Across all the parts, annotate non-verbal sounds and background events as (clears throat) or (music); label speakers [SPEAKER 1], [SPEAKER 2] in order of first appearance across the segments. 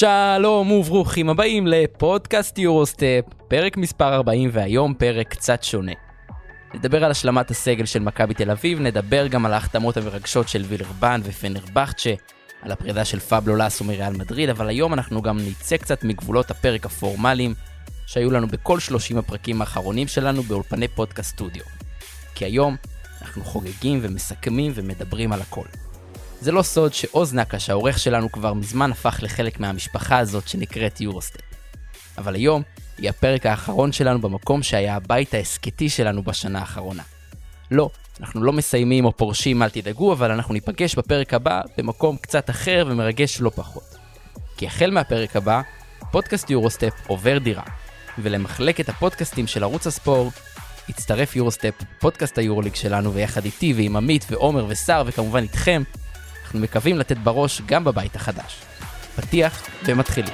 [SPEAKER 1] שלום וברוכים הבאים לפודקאסט יורוסטפ, פרק מספר 40 והיום פרק קצת שונה. נדבר על השלמת הסגל של מכבי תל אביב, נדבר גם על ההחתמות המרגשות של וילרבן ופנרבכצ'ה, על הפרידה של פאבלו לאסו מריאל מדריד, אבל היום אנחנו גם נצא קצת מגבולות הפרק הפורמליים שהיו לנו בכל 30 הפרקים האחרונים שלנו באולפני פודקאסט סטודיו. כי היום אנחנו חוגגים ומסכמים ומדברים על הכל. זה לא סוד שעוז נקש, העורך שלנו, כבר מזמן הפך לחלק מהמשפחה הזאת שנקראת יורוסטפ. אבל היום היא הפרק האחרון שלנו במקום שהיה הבית ההסכתי שלנו בשנה האחרונה. לא, אנחנו לא מסיימים או פורשים, אל תדאגו, אבל אנחנו ניפגש בפרק הבא במקום קצת אחר ומרגש לא פחות. כי החל מהפרק הבא, פודקאסט יורוסטפ עובר דירה, ולמחלקת הפודקאסטים של ערוץ הספורט הצטרף יורוסטפ, פודקאסט היורוליג שלנו, ויחד איתי ועם עמית ועומר וסער, וכמובן איתכם, אנחנו מקווים לתת בראש גם בבית החדש. פתיח ומתחילים.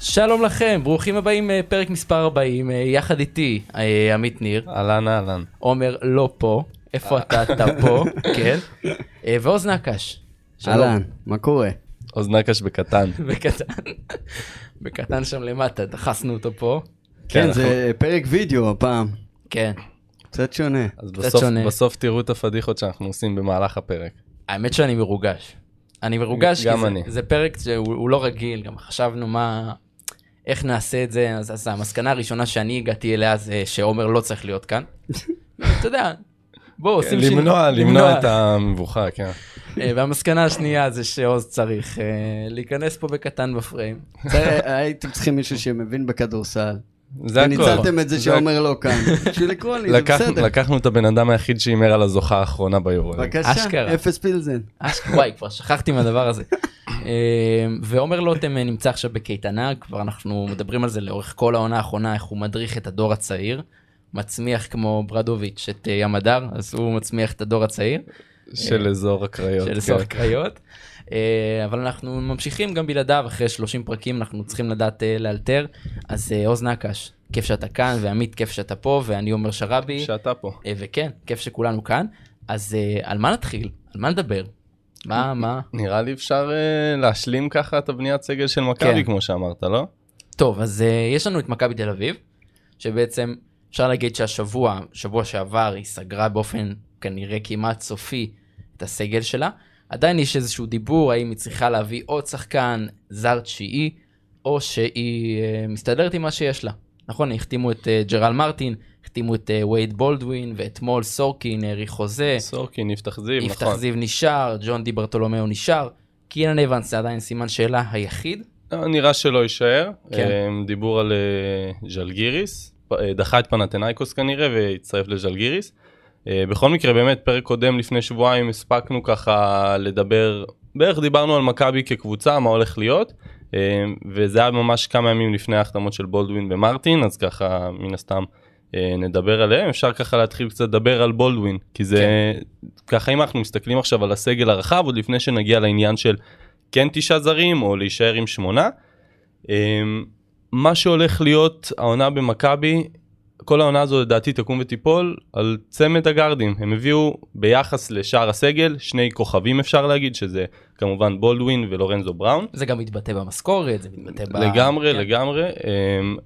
[SPEAKER 1] שלום לכם, ברוכים הבאים, אה, פרק מספר 40, אה, יחד איתי אה, עמית ניר,
[SPEAKER 2] אהלן אהלן.
[SPEAKER 1] עומר לא פה, איפה
[SPEAKER 2] אה.
[SPEAKER 1] אתה? אתה
[SPEAKER 2] (laughs)
[SPEAKER 1] פה, כן, אה, ועוז נקש. שלום.
[SPEAKER 3] אהלן, מה קורה?
[SPEAKER 2] עוז נקש בקטן.
[SPEAKER 1] (laughs) כן, בקטן, בקטן שם למטה, דחסנו אותו פה.
[SPEAKER 3] כן, זה פרק וידאו הפעם,
[SPEAKER 1] כן.
[SPEAKER 3] קצת
[SPEAKER 2] (laughs)
[SPEAKER 3] שונה.
[SPEAKER 2] אז
[SPEAKER 1] קצת
[SPEAKER 2] בסוף,
[SPEAKER 1] שונה.
[SPEAKER 2] בסוף תראו את הפדיחות שאנחנו עושים במהלך הפרק.
[SPEAKER 1] האמת שאני מרוגש. אני מרוגש
[SPEAKER 2] גם
[SPEAKER 1] כי
[SPEAKER 2] אני.
[SPEAKER 1] זה, זה פרק שהוא הוא לא רגיל, גם חשבנו מה, איך נעשה את זה, אז, אז המסקנה הראשונה שאני הגעתי אליה זה שעומר לא צריך להיות
[SPEAKER 2] (laughs)
[SPEAKER 1] כאן. אתה יודע, בואו עושים שינוי.
[SPEAKER 2] כן, למנוע, למנוע את המבוכה, כן.
[SPEAKER 1] אה, והמסקנה השנייה זה שעוז צריך אה, להיכנס פה בקטן בפריים.
[SPEAKER 3] זה- הייתם צריכים מישהו שמבין בכדורסל.
[SPEAKER 2] זה הכל.
[SPEAKER 3] וניצלתם את זה
[SPEAKER 2] זה-
[SPEAKER 3] שעומר לא כאן.
[SPEAKER 2] (laughs)
[SPEAKER 3] בשביל לקרוא לי, זה
[SPEAKER 2] לקח-
[SPEAKER 3] בסדר.
[SPEAKER 2] לקחנו את הבן אדם היחיד שהימר על הזוכה האחרונה ביורו.
[SPEAKER 1] אשכרה.
[SPEAKER 3] בבקשה, אפס פילזן.
[SPEAKER 1] אשכרה, וואי, כבר שכחתי מהדבר הזה. אה, ועומר לוטם אה, נמצא עכשיו בקייטנה, כבר אנחנו מדברים על זה לאורך כל העונה האחרונה, איך הוא מדריך את הדור הצעיר. מצמיח כמו ברדוביץ' את אה, ים הדר, אז הוא מצמיח את הדור הצעיר
[SPEAKER 2] של אזור הקריות.
[SPEAKER 1] של
[SPEAKER 2] כן.
[SPEAKER 1] סוף הקריות. אה, אבל אנחנו ממשיכים גם בלעדיו, אחרי 30 פרקים אנחנו צריכים לדעת אה, לאלתר. אז אה, עוז נקש, כיף שאתה כאן, ועמית, כיף שאתה פה, ואני עומר שרעבי,
[SPEAKER 2] שאתה פה.
[SPEAKER 1] אה, וכן, כיף שכולנו כאן. אז אה, על מה נתחיל? על מה נדבר? מה, מה?
[SPEAKER 2] נראה לי אפשר אה, להשלים ככה את הבניית סגל של
[SPEAKER 1] כן.
[SPEAKER 2] מכבי, כמו שאמרת, לא?
[SPEAKER 1] טוב, אז uh, יש לנו את מכבי תל אביב, שבעצם אפשר להגיד שהשבוע, שבוע שעבר, היא סגרה באופן כנראה כמעט סופי את הסגל שלה. עדיין יש איזשהו דיבור האם היא צריכה להביא עוד שחקן זר תשיעי, או שהיא uh, מסתדרת עם מה שיש לה. נכון, החתימו את uh, ג'רל מרטין, החתימו את uh, וייד בולדווין, ואתמול סורקין האריך חוזה,
[SPEAKER 2] סורקין, יפתח זיו,
[SPEAKER 1] יפתח
[SPEAKER 2] נכון.
[SPEAKER 1] זיו נשאר, ג'ון די ברטולומיאו נשאר, קילן אבנס זה עדיין סימן שאלה היחיד.
[SPEAKER 2] לא, נראה שלא יישאר.
[SPEAKER 1] כן.
[SPEAKER 2] אה, דיבור על אה, ז'לגיריס, פ- אה, דחה את פנתנאיקוס כנראה והצטרף לז'לגיריס. אה, בכל מקרה באמת פרק קודם לפני שבועיים הספקנו ככה לדבר, בערך דיברנו על מכבי כקבוצה מה הולך להיות. אה, וזה היה ממש כמה ימים לפני ההחתמות של בולדווין ומרטין אז ככה מן הסתם אה, נדבר עליהם אפשר ככה להתחיל קצת לדבר על בולדווין כי זה ככה אם אנחנו מסתכלים עכשיו על הסגל הרחב עוד לפני שנגיע לעניין של כן תשעה זרים או להישאר עם שמונה. אמ, מה שהולך להיות העונה במכבי, כל העונה הזו לדעתי תקום ותיפול על צמד הגארדים. הם הביאו ביחס לשאר הסגל שני כוכבים אפשר להגיד, שזה כמובן בולדווין ולורנזו בראון.
[SPEAKER 1] זה גם מתבטא במשכורת, זה מתבטא ב...
[SPEAKER 2] לגמרי,
[SPEAKER 1] כן.
[SPEAKER 2] לגמרי. אמ,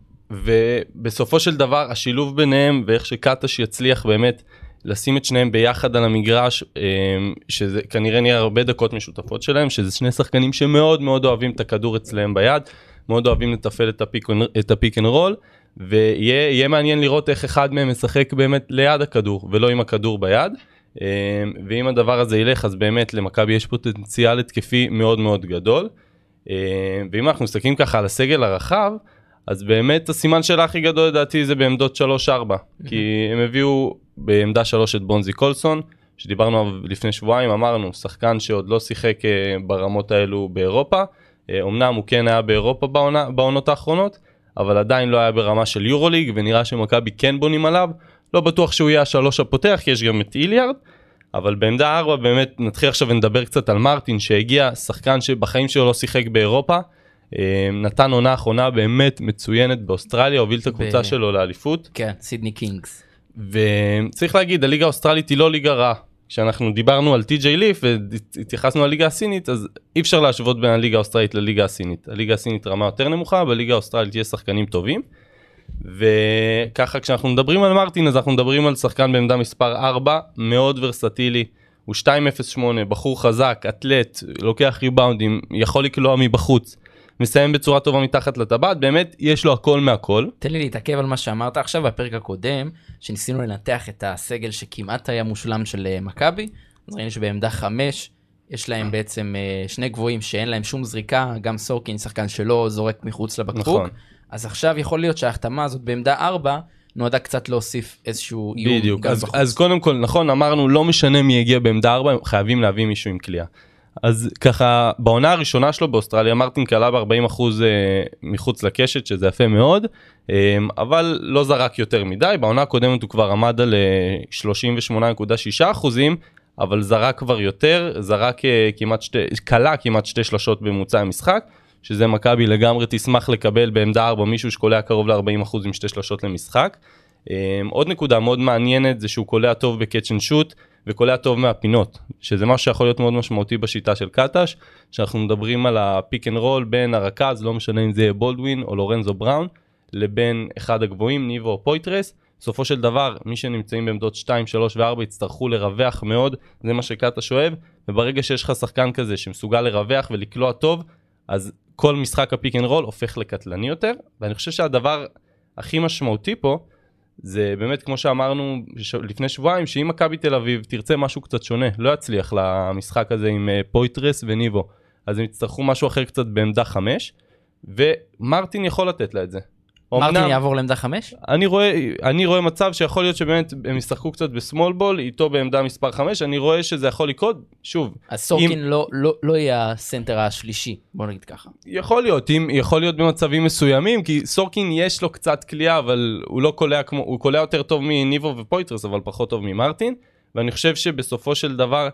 [SPEAKER 2] ובסופו של דבר השילוב ביניהם ואיך שקטש יצליח באמת לשים את שניהם ביחד על המגרש, אמ, שזה כנראה נהיה הרבה דקות משותפות שלהם, שזה שני שחקנים שמאוד מאוד אוהבים את הכדור אצלם ביד, מאוד אוהבים לתפעל את הפיק אנד- את הפיק אנד רול, ויהיה יהיה מעניין לראות איך אחד מהם משחק באמת ליד הכדור ולא עם הכדור ביד. אמ, ואם הדבר הזה ילך אז באמת למכבי יש פוטנציאל התקפי מאוד מאוד גדול. אה, ואם אנחנו מסתכלים ככה על הסגל הרחב, אז באמת הסימן שלה הכי גדול לדעתי זה בעמדות 3-4, כי הם הביאו בעמדה 3 את בונזי קולסון, שדיברנו עליו לפני שבועיים, אמרנו, שחקן שעוד לא שיחק אה, ברמות האלו באירופה, אה, אמנם הוא כן היה באירופה בעונה, בעונות האחרונות, אבל עדיין לא היה ברמה של יורוליג, ונראה שמכבי כן בונים עליו, לא בטוח שהוא יהיה השלוש הפותח, כי יש גם את איליארד, אבל בעמדה 4 באמת נתחיל עכשיו ונדבר קצת על מרטין שהגיע, שחקן שבחיים שלו לא שיחק באירופה, אה, נתן עונה אחרונה באמת מצוינת באוסטרליה, הוביל את
[SPEAKER 1] ב-
[SPEAKER 2] הקבוצה שלו לאליפות,
[SPEAKER 1] כן, סידני קינגס.
[SPEAKER 2] וצריך להגיד, הליגה האוסטרלית היא לא ליגה רעה, כשאנחנו דיברנו על טי.ג'יי ליף והתייחסנו לליגה הסינית, אז אי אפשר להשוות בין הליגה האוסטרלית לליגה הסינית. הליגה הסינית רמה יותר נמוכה, בליגה האוסטרלית יש שחקנים טובים. וככה כשאנחנו מדברים על מרטין אז אנחנו מדברים על שחקן בעמדה מספר 4, מאוד ורסטילי. הוא 2.08, בחור חזק, אתלט, לוקח ריבאונדים, יכול לקלוע מבחוץ, מסיים בצורה טובה מתחת לטבעת, באמת יש לו הכל מהכל.
[SPEAKER 1] תן לי להתעכב על מה שאמרת עכשיו בפרק הקודם, שניסינו לנתח את הסגל שכמעט היה מושלם של אה, מכבי, אז ראינו שבעמדה חמש יש להם בעצם אה, שני גבוהים שאין להם שום זריקה, גם סורקין שחקן שלא זורק מחוץ לבקבוק,
[SPEAKER 2] נכון.
[SPEAKER 1] אז עכשיו יכול להיות שההחתמה הזאת בעמדה ארבע נועדה קצת להוסיף איזשהו איום
[SPEAKER 2] בדיוק,
[SPEAKER 1] גם
[SPEAKER 2] אז,
[SPEAKER 1] בחוץ.
[SPEAKER 2] אז קודם כל, נכון, אמרנו, לא משנה מי יגיע בעמדה 4, חייבים להביא מישהו עם קליעה. אז ככה, בעונה הראשונה שלו באוסטרליה, מרטין כלה ב-40% אה, מחוץ לקשת, שזה יפה מאוד, אה, אבל לא זרק יותר מדי, בעונה הקודמת הוא כבר עמד על אה, 38.6%, אבל זרק כבר יותר, זרק אה, כמעט שתי, כלה כמעט שתי שלשות בממוצע המשחק. שזה מכבי לגמרי תשמח לקבל בעמדה 4 מישהו שקולע קרוב ל-40% עם שתי שלשות למשחק. אמ, עוד נקודה מאוד מעניינת זה שהוא קולע טוב בקאצ' אנד שוט וקולע טוב מהפינות, שזה משהו שיכול להיות מאוד משמעותי בשיטה של קטש, שאנחנו מדברים על הפיק אנד רול בין הרכז, לא משנה אם זה יהיה בולדווין או לורנזו בראון, לבין אחד הגבוהים, ניבו או פויטרס. בסופו של דבר, מי שנמצאים בעמדות 2, 3 ו-4 יצטרכו לרווח מאוד, זה מה שקטש אוהב, וברגע שיש לך שחקן כזה שמסוגל לרווח ולקלוע טוב, אז כל משחק הפיק אנד רול הופך לקטלני יותר, ואני חושב שהדבר הכי משמעותי פה, זה באמת כמו שאמרנו ש... לפני שבועיים שאם מכבי תל אביב תרצה משהו קצת שונה לא יצליח למשחק הזה עם אה, פויטרס וניבו אז הם יצטרכו משהו אחר קצת בעמדה חמש ומרטין יכול לתת לה את זה.
[SPEAKER 1] מרטין
[SPEAKER 2] אמנם-
[SPEAKER 1] יעבור לעמדה חמש?
[SPEAKER 2] אני רואה, אני רואה מצב שיכול להיות שבאמת הם ישחקו קצת בסמול בול איתו בעמדה מספר 5 אני רואה שזה יכול לקרות שוב
[SPEAKER 1] אז סורקין לא, לא, לא יהיה הסנטר השלישי, בוא נגיד ככה.
[SPEAKER 2] יכול להיות, אם, יכול להיות במצבים מסוימים, כי סורקין יש לו קצת קליעה, אבל הוא לא קולע כמו, הוא קולע יותר טוב מניבו ופויטרס, אבל פחות טוב ממרטין, ואני חושב שבסופו של דבר,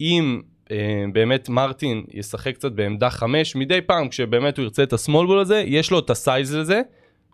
[SPEAKER 2] אם אה, באמת מרטין ישחק קצת בעמדה חמש, מדי פעם כשבאמת הוא ירצה את השמאל בול הזה, יש לו את הסייז לזה,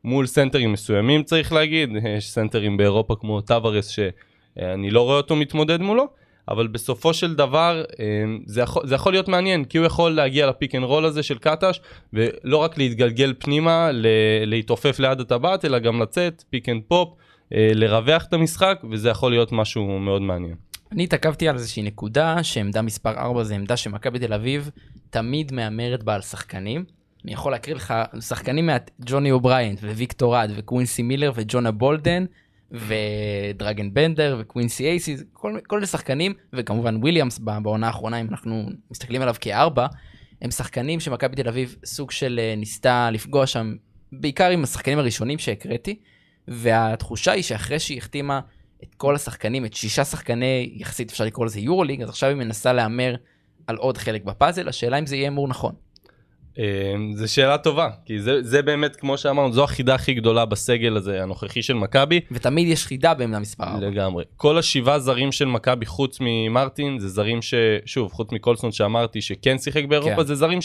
[SPEAKER 2] מול סנטרים מסוימים צריך להגיד, (laughs) יש סנטרים באירופה כמו טוורס שאני לא רואה אותו מתמודד מולו, אבל בסופו של דבר אה, זה יכול, זה יכול להיות מעניין, כי הוא יכול להגיע לפיק אנד רול הזה של קטש, ולא רק להתגלגל פנימה, ל, להתעופף ליד הטבעת, אלא גם לצאת, פיק אנד פופ, אה, לרווח את המשחק, וזה יכול להיות משהו מאוד מעניין.
[SPEAKER 1] אני התעכבתי על איזושהי נקודה שעמדה מספר 4 זה עמדה שמכבי תל אביב תמיד מהמרת בה על שחקנים. אני יכול להקריא לך שחקנים מה... ג'וני אובריינט וויקטור עד וקווינסי מילר וג'ונה בולדן ודרגן בנדר וקווינסי אייסי כל, כל מיני שחקנים וכמובן וויליאמס ב- בעונה האחרונה אם אנחנו מסתכלים עליו כארבע הם שחקנים שמכבי תל אביב סוג של אה, ניסתה לפגוע שם בעיקר עם השחקנים הראשונים שהקראתי והתחושה היא שאחרי שהיא החתימה את כל השחקנים, את שישה שחקני, יחסית אפשר לקרוא לזה יורו ליג, אז עכשיו היא מנסה להמר על עוד חלק בפאזל, השאלה אם זה יהיה הימור נכון.
[SPEAKER 2] אה, זו שאלה טובה, כי זה, זה באמת, כמו שאמרנו, זו החידה הכי גדולה בסגל הזה, הנוכחי של מכבי,
[SPEAKER 1] ותמיד יש חידה בעמדה מספר 4.
[SPEAKER 2] לגמרי. כל השבעה זרים של מכבי חוץ ממרטין זה זרים ש... שוב, חוץ מקולסון שאמרתי שכן שיחק באירופה,
[SPEAKER 1] כן.
[SPEAKER 2] כן. זה זרים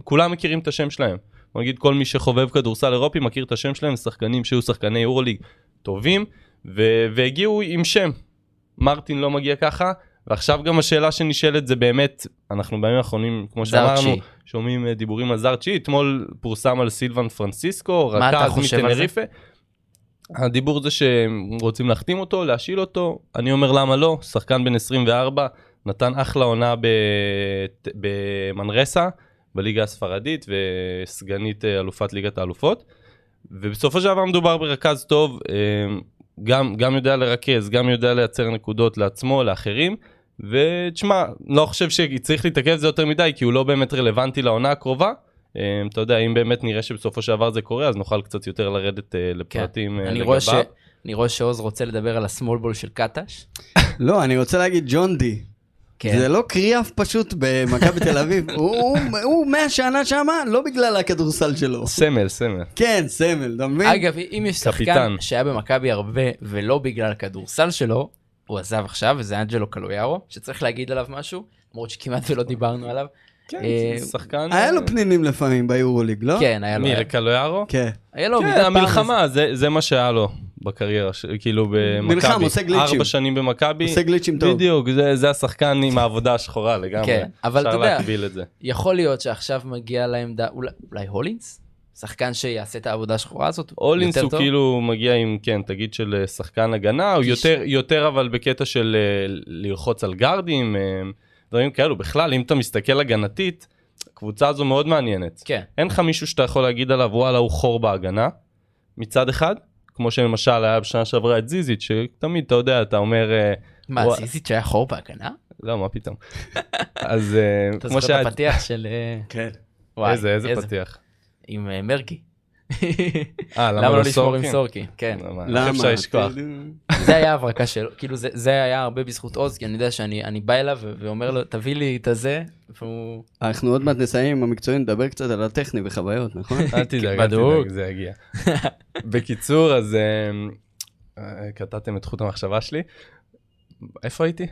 [SPEAKER 2] שכולם מכירים את השם שלהם. בוא נגיד כל מי שחובב כדורסל אירופי מכיר את השם שלהם, שחקנים שהיו שחקני יורוליג טובים, ו... והגיעו עם שם. מרטין לא מגיע ככה, ועכשיו גם השאלה שנשאלת זה באמת, אנחנו בימים האחרונים, כמו
[SPEAKER 1] זר
[SPEAKER 2] שאמרנו,
[SPEAKER 1] תשיעי.
[SPEAKER 2] שומעים אה, דיבורים על זר תשיעי, אתמול פורסם על סילבן פרנסיסקו,
[SPEAKER 1] מה אתה
[SPEAKER 2] רכז
[SPEAKER 1] חושב על זה?
[SPEAKER 2] מטנריפה. הדיבור זה שהם רוצים להחתים אותו, להשאיל אותו, אני אומר למה לא, שחקן בן 24, נתן אחלה עונה ב- במנרסה, בליגה הספרדית, וסגנית אה, אלופת ליגת האלופות. ובסופו של דבר מדובר ברכז טוב, אה, גם, גם יודע לרכז, גם יודע לייצר נקודות לעצמו, לאחרים. ותשמע, לא חושב שצריך להתעכב על זה יותר מדי, כי הוא לא באמת רלוונטי לעונה הקרובה. אה, אתה יודע, אם באמת נראה שבסופו של דבר זה קורה, אז נוכל קצת יותר לרדת אה, לפרטים אה,
[SPEAKER 1] כן. אני
[SPEAKER 2] לגביו.
[SPEAKER 1] רואה, ש... אני רואה שעוז רוצה לדבר על הסמול בול של קטש.
[SPEAKER 3] לא, אני רוצה להגיד ג'ון די.
[SPEAKER 1] כן.
[SPEAKER 3] זה לא קריאף פשוט במכבי תל אביב. הוא- הוא- הוא מאה שנה שמה, לא בגלל הכדורסל שלו.
[SPEAKER 2] סמל, סמל.
[SPEAKER 3] כן, סמל, אתה מבין?
[SPEAKER 1] אגב, אם יש שחקן
[SPEAKER 2] קפיטן.
[SPEAKER 1] שהיה במכבי הרבה ולא בגלל הכדורסל שלו, הוא עזב עכשיו, וזה אנג'לו קלויארו, שצריך להגיד עליו משהו, למרות שכמעט ולא דיברנו עליו.
[SPEAKER 2] כן,
[SPEAKER 1] אה,
[SPEAKER 2] זה שחקן...
[SPEAKER 3] היה לו
[SPEAKER 2] אה,
[SPEAKER 3] פנינים לפעמים ביורוליג, לא?
[SPEAKER 1] כן, היה לו...
[SPEAKER 2] מי, לקלויארו?
[SPEAKER 3] כן.
[SPEAKER 1] היה לו
[SPEAKER 2] כן,
[SPEAKER 1] לא, מדי פעם
[SPEAKER 2] המלחמה, זה- זה מה שהיה לו. בקריירה, ש... כאילו במכבי.
[SPEAKER 3] נלחם, עושה גליצ'ים.
[SPEAKER 2] ארבע שנים במכבי.
[SPEAKER 3] עושה גליצ'ים טוב.
[SPEAKER 2] בדיוק, זה, זה השחקן עם העבודה השחורה לגמרי.
[SPEAKER 1] כן, אבל אתה
[SPEAKER 2] אפשר
[SPEAKER 1] יודע-
[SPEAKER 2] להקביל את זה.
[SPEAKER 1] יכול להיות שעכשיו מגיע לעמדה, אולי, אולי הולינס? שחקן שיעשה את העבודה השחורה הזאת?
[SPEAKER 2] הולינס
[SPEAKER 1] יותר
[SPEAKER 2] הוא
[SPEAKER 1] טוב?
[SPEAKER 2] כאילו מגיע עם, כן, תגיד של אה, שחקן הגנה, הוא
[SPEAKER 1] כי ש-
[SPEAKER 2] יותר, יותר אבל בקטע של אה, לרחוץ על גארדים, אה, דברים כאלו. בכלל, אם אתה מסתכל הגנתית, הקבוצה הזו מאוד מעניינת.
[SPEAKER 1] כן.
[SPEAKER 2] אין לך מישהו שאתה יכול להגיד עליו, וואלה, הוא חור בהגנה, מצד אחד, כמו שלמשל היה בשנה שעברה את זיזית, שתמיד, אתה יודע, אתה אומר, אה,
[SPEAKER 1] מה,
[SPEAKER 2] וואי.
[SPEAKER 1] זיזית שהיה חור בהגנה?
[SPEAKER 2] לא, מה
[SPEAKER 1] (laughs)
[SPEAKER 2] פתאום. אז אה,
[SPEAKER 1] אתה
[SPEAKER 2] כמו
[SPEAKER 1] זוכר
[SPEAKER 2] שהיה...
[SPEAKER 1] את הפתיח של... אה,
[SPEAKER 3] כן.
[SPEAKER 1] וואי,
[SPEAKER 2] איזה, איזה פתיח.
[SPEAKER 1] עם אה, מרגי.
[SPEAKER 2] אה,
[SPEAKER 1] למה לא לשמור עם סורקי?
[SPEAKER 2] (laughs)
[SPEAKER 1] כן.
[SPEAKER 2] למה?
[SPEAKER 3] למה?
[SPEAKER 2] אני חושב שיש כוח.
[SPEAKER 1] זה היה הברקה שלו, כאילו זה- זה היה הרבה בזכות עוז, כי אני יודע שאני אני בא אליו ו- ואומר לו, תביא לי את הזה, והוא...
[SPEAKER 3] אנחנו עוד מעט נסיים עם המקצועי, נדבר קצת על הטכני
[SPEAKER 2] (laughs)
[SPEAKER 3] וחוויות, נכון?
[SPEAKER 2] אל תדאג, אל
[SPEAKER 1] בדוק.
[SPEAKER 2] תדאג, זה יגיע. בקיצור, אז אמ, אה, קטעתם את חוט המחשבה שלי. איפה הייתי?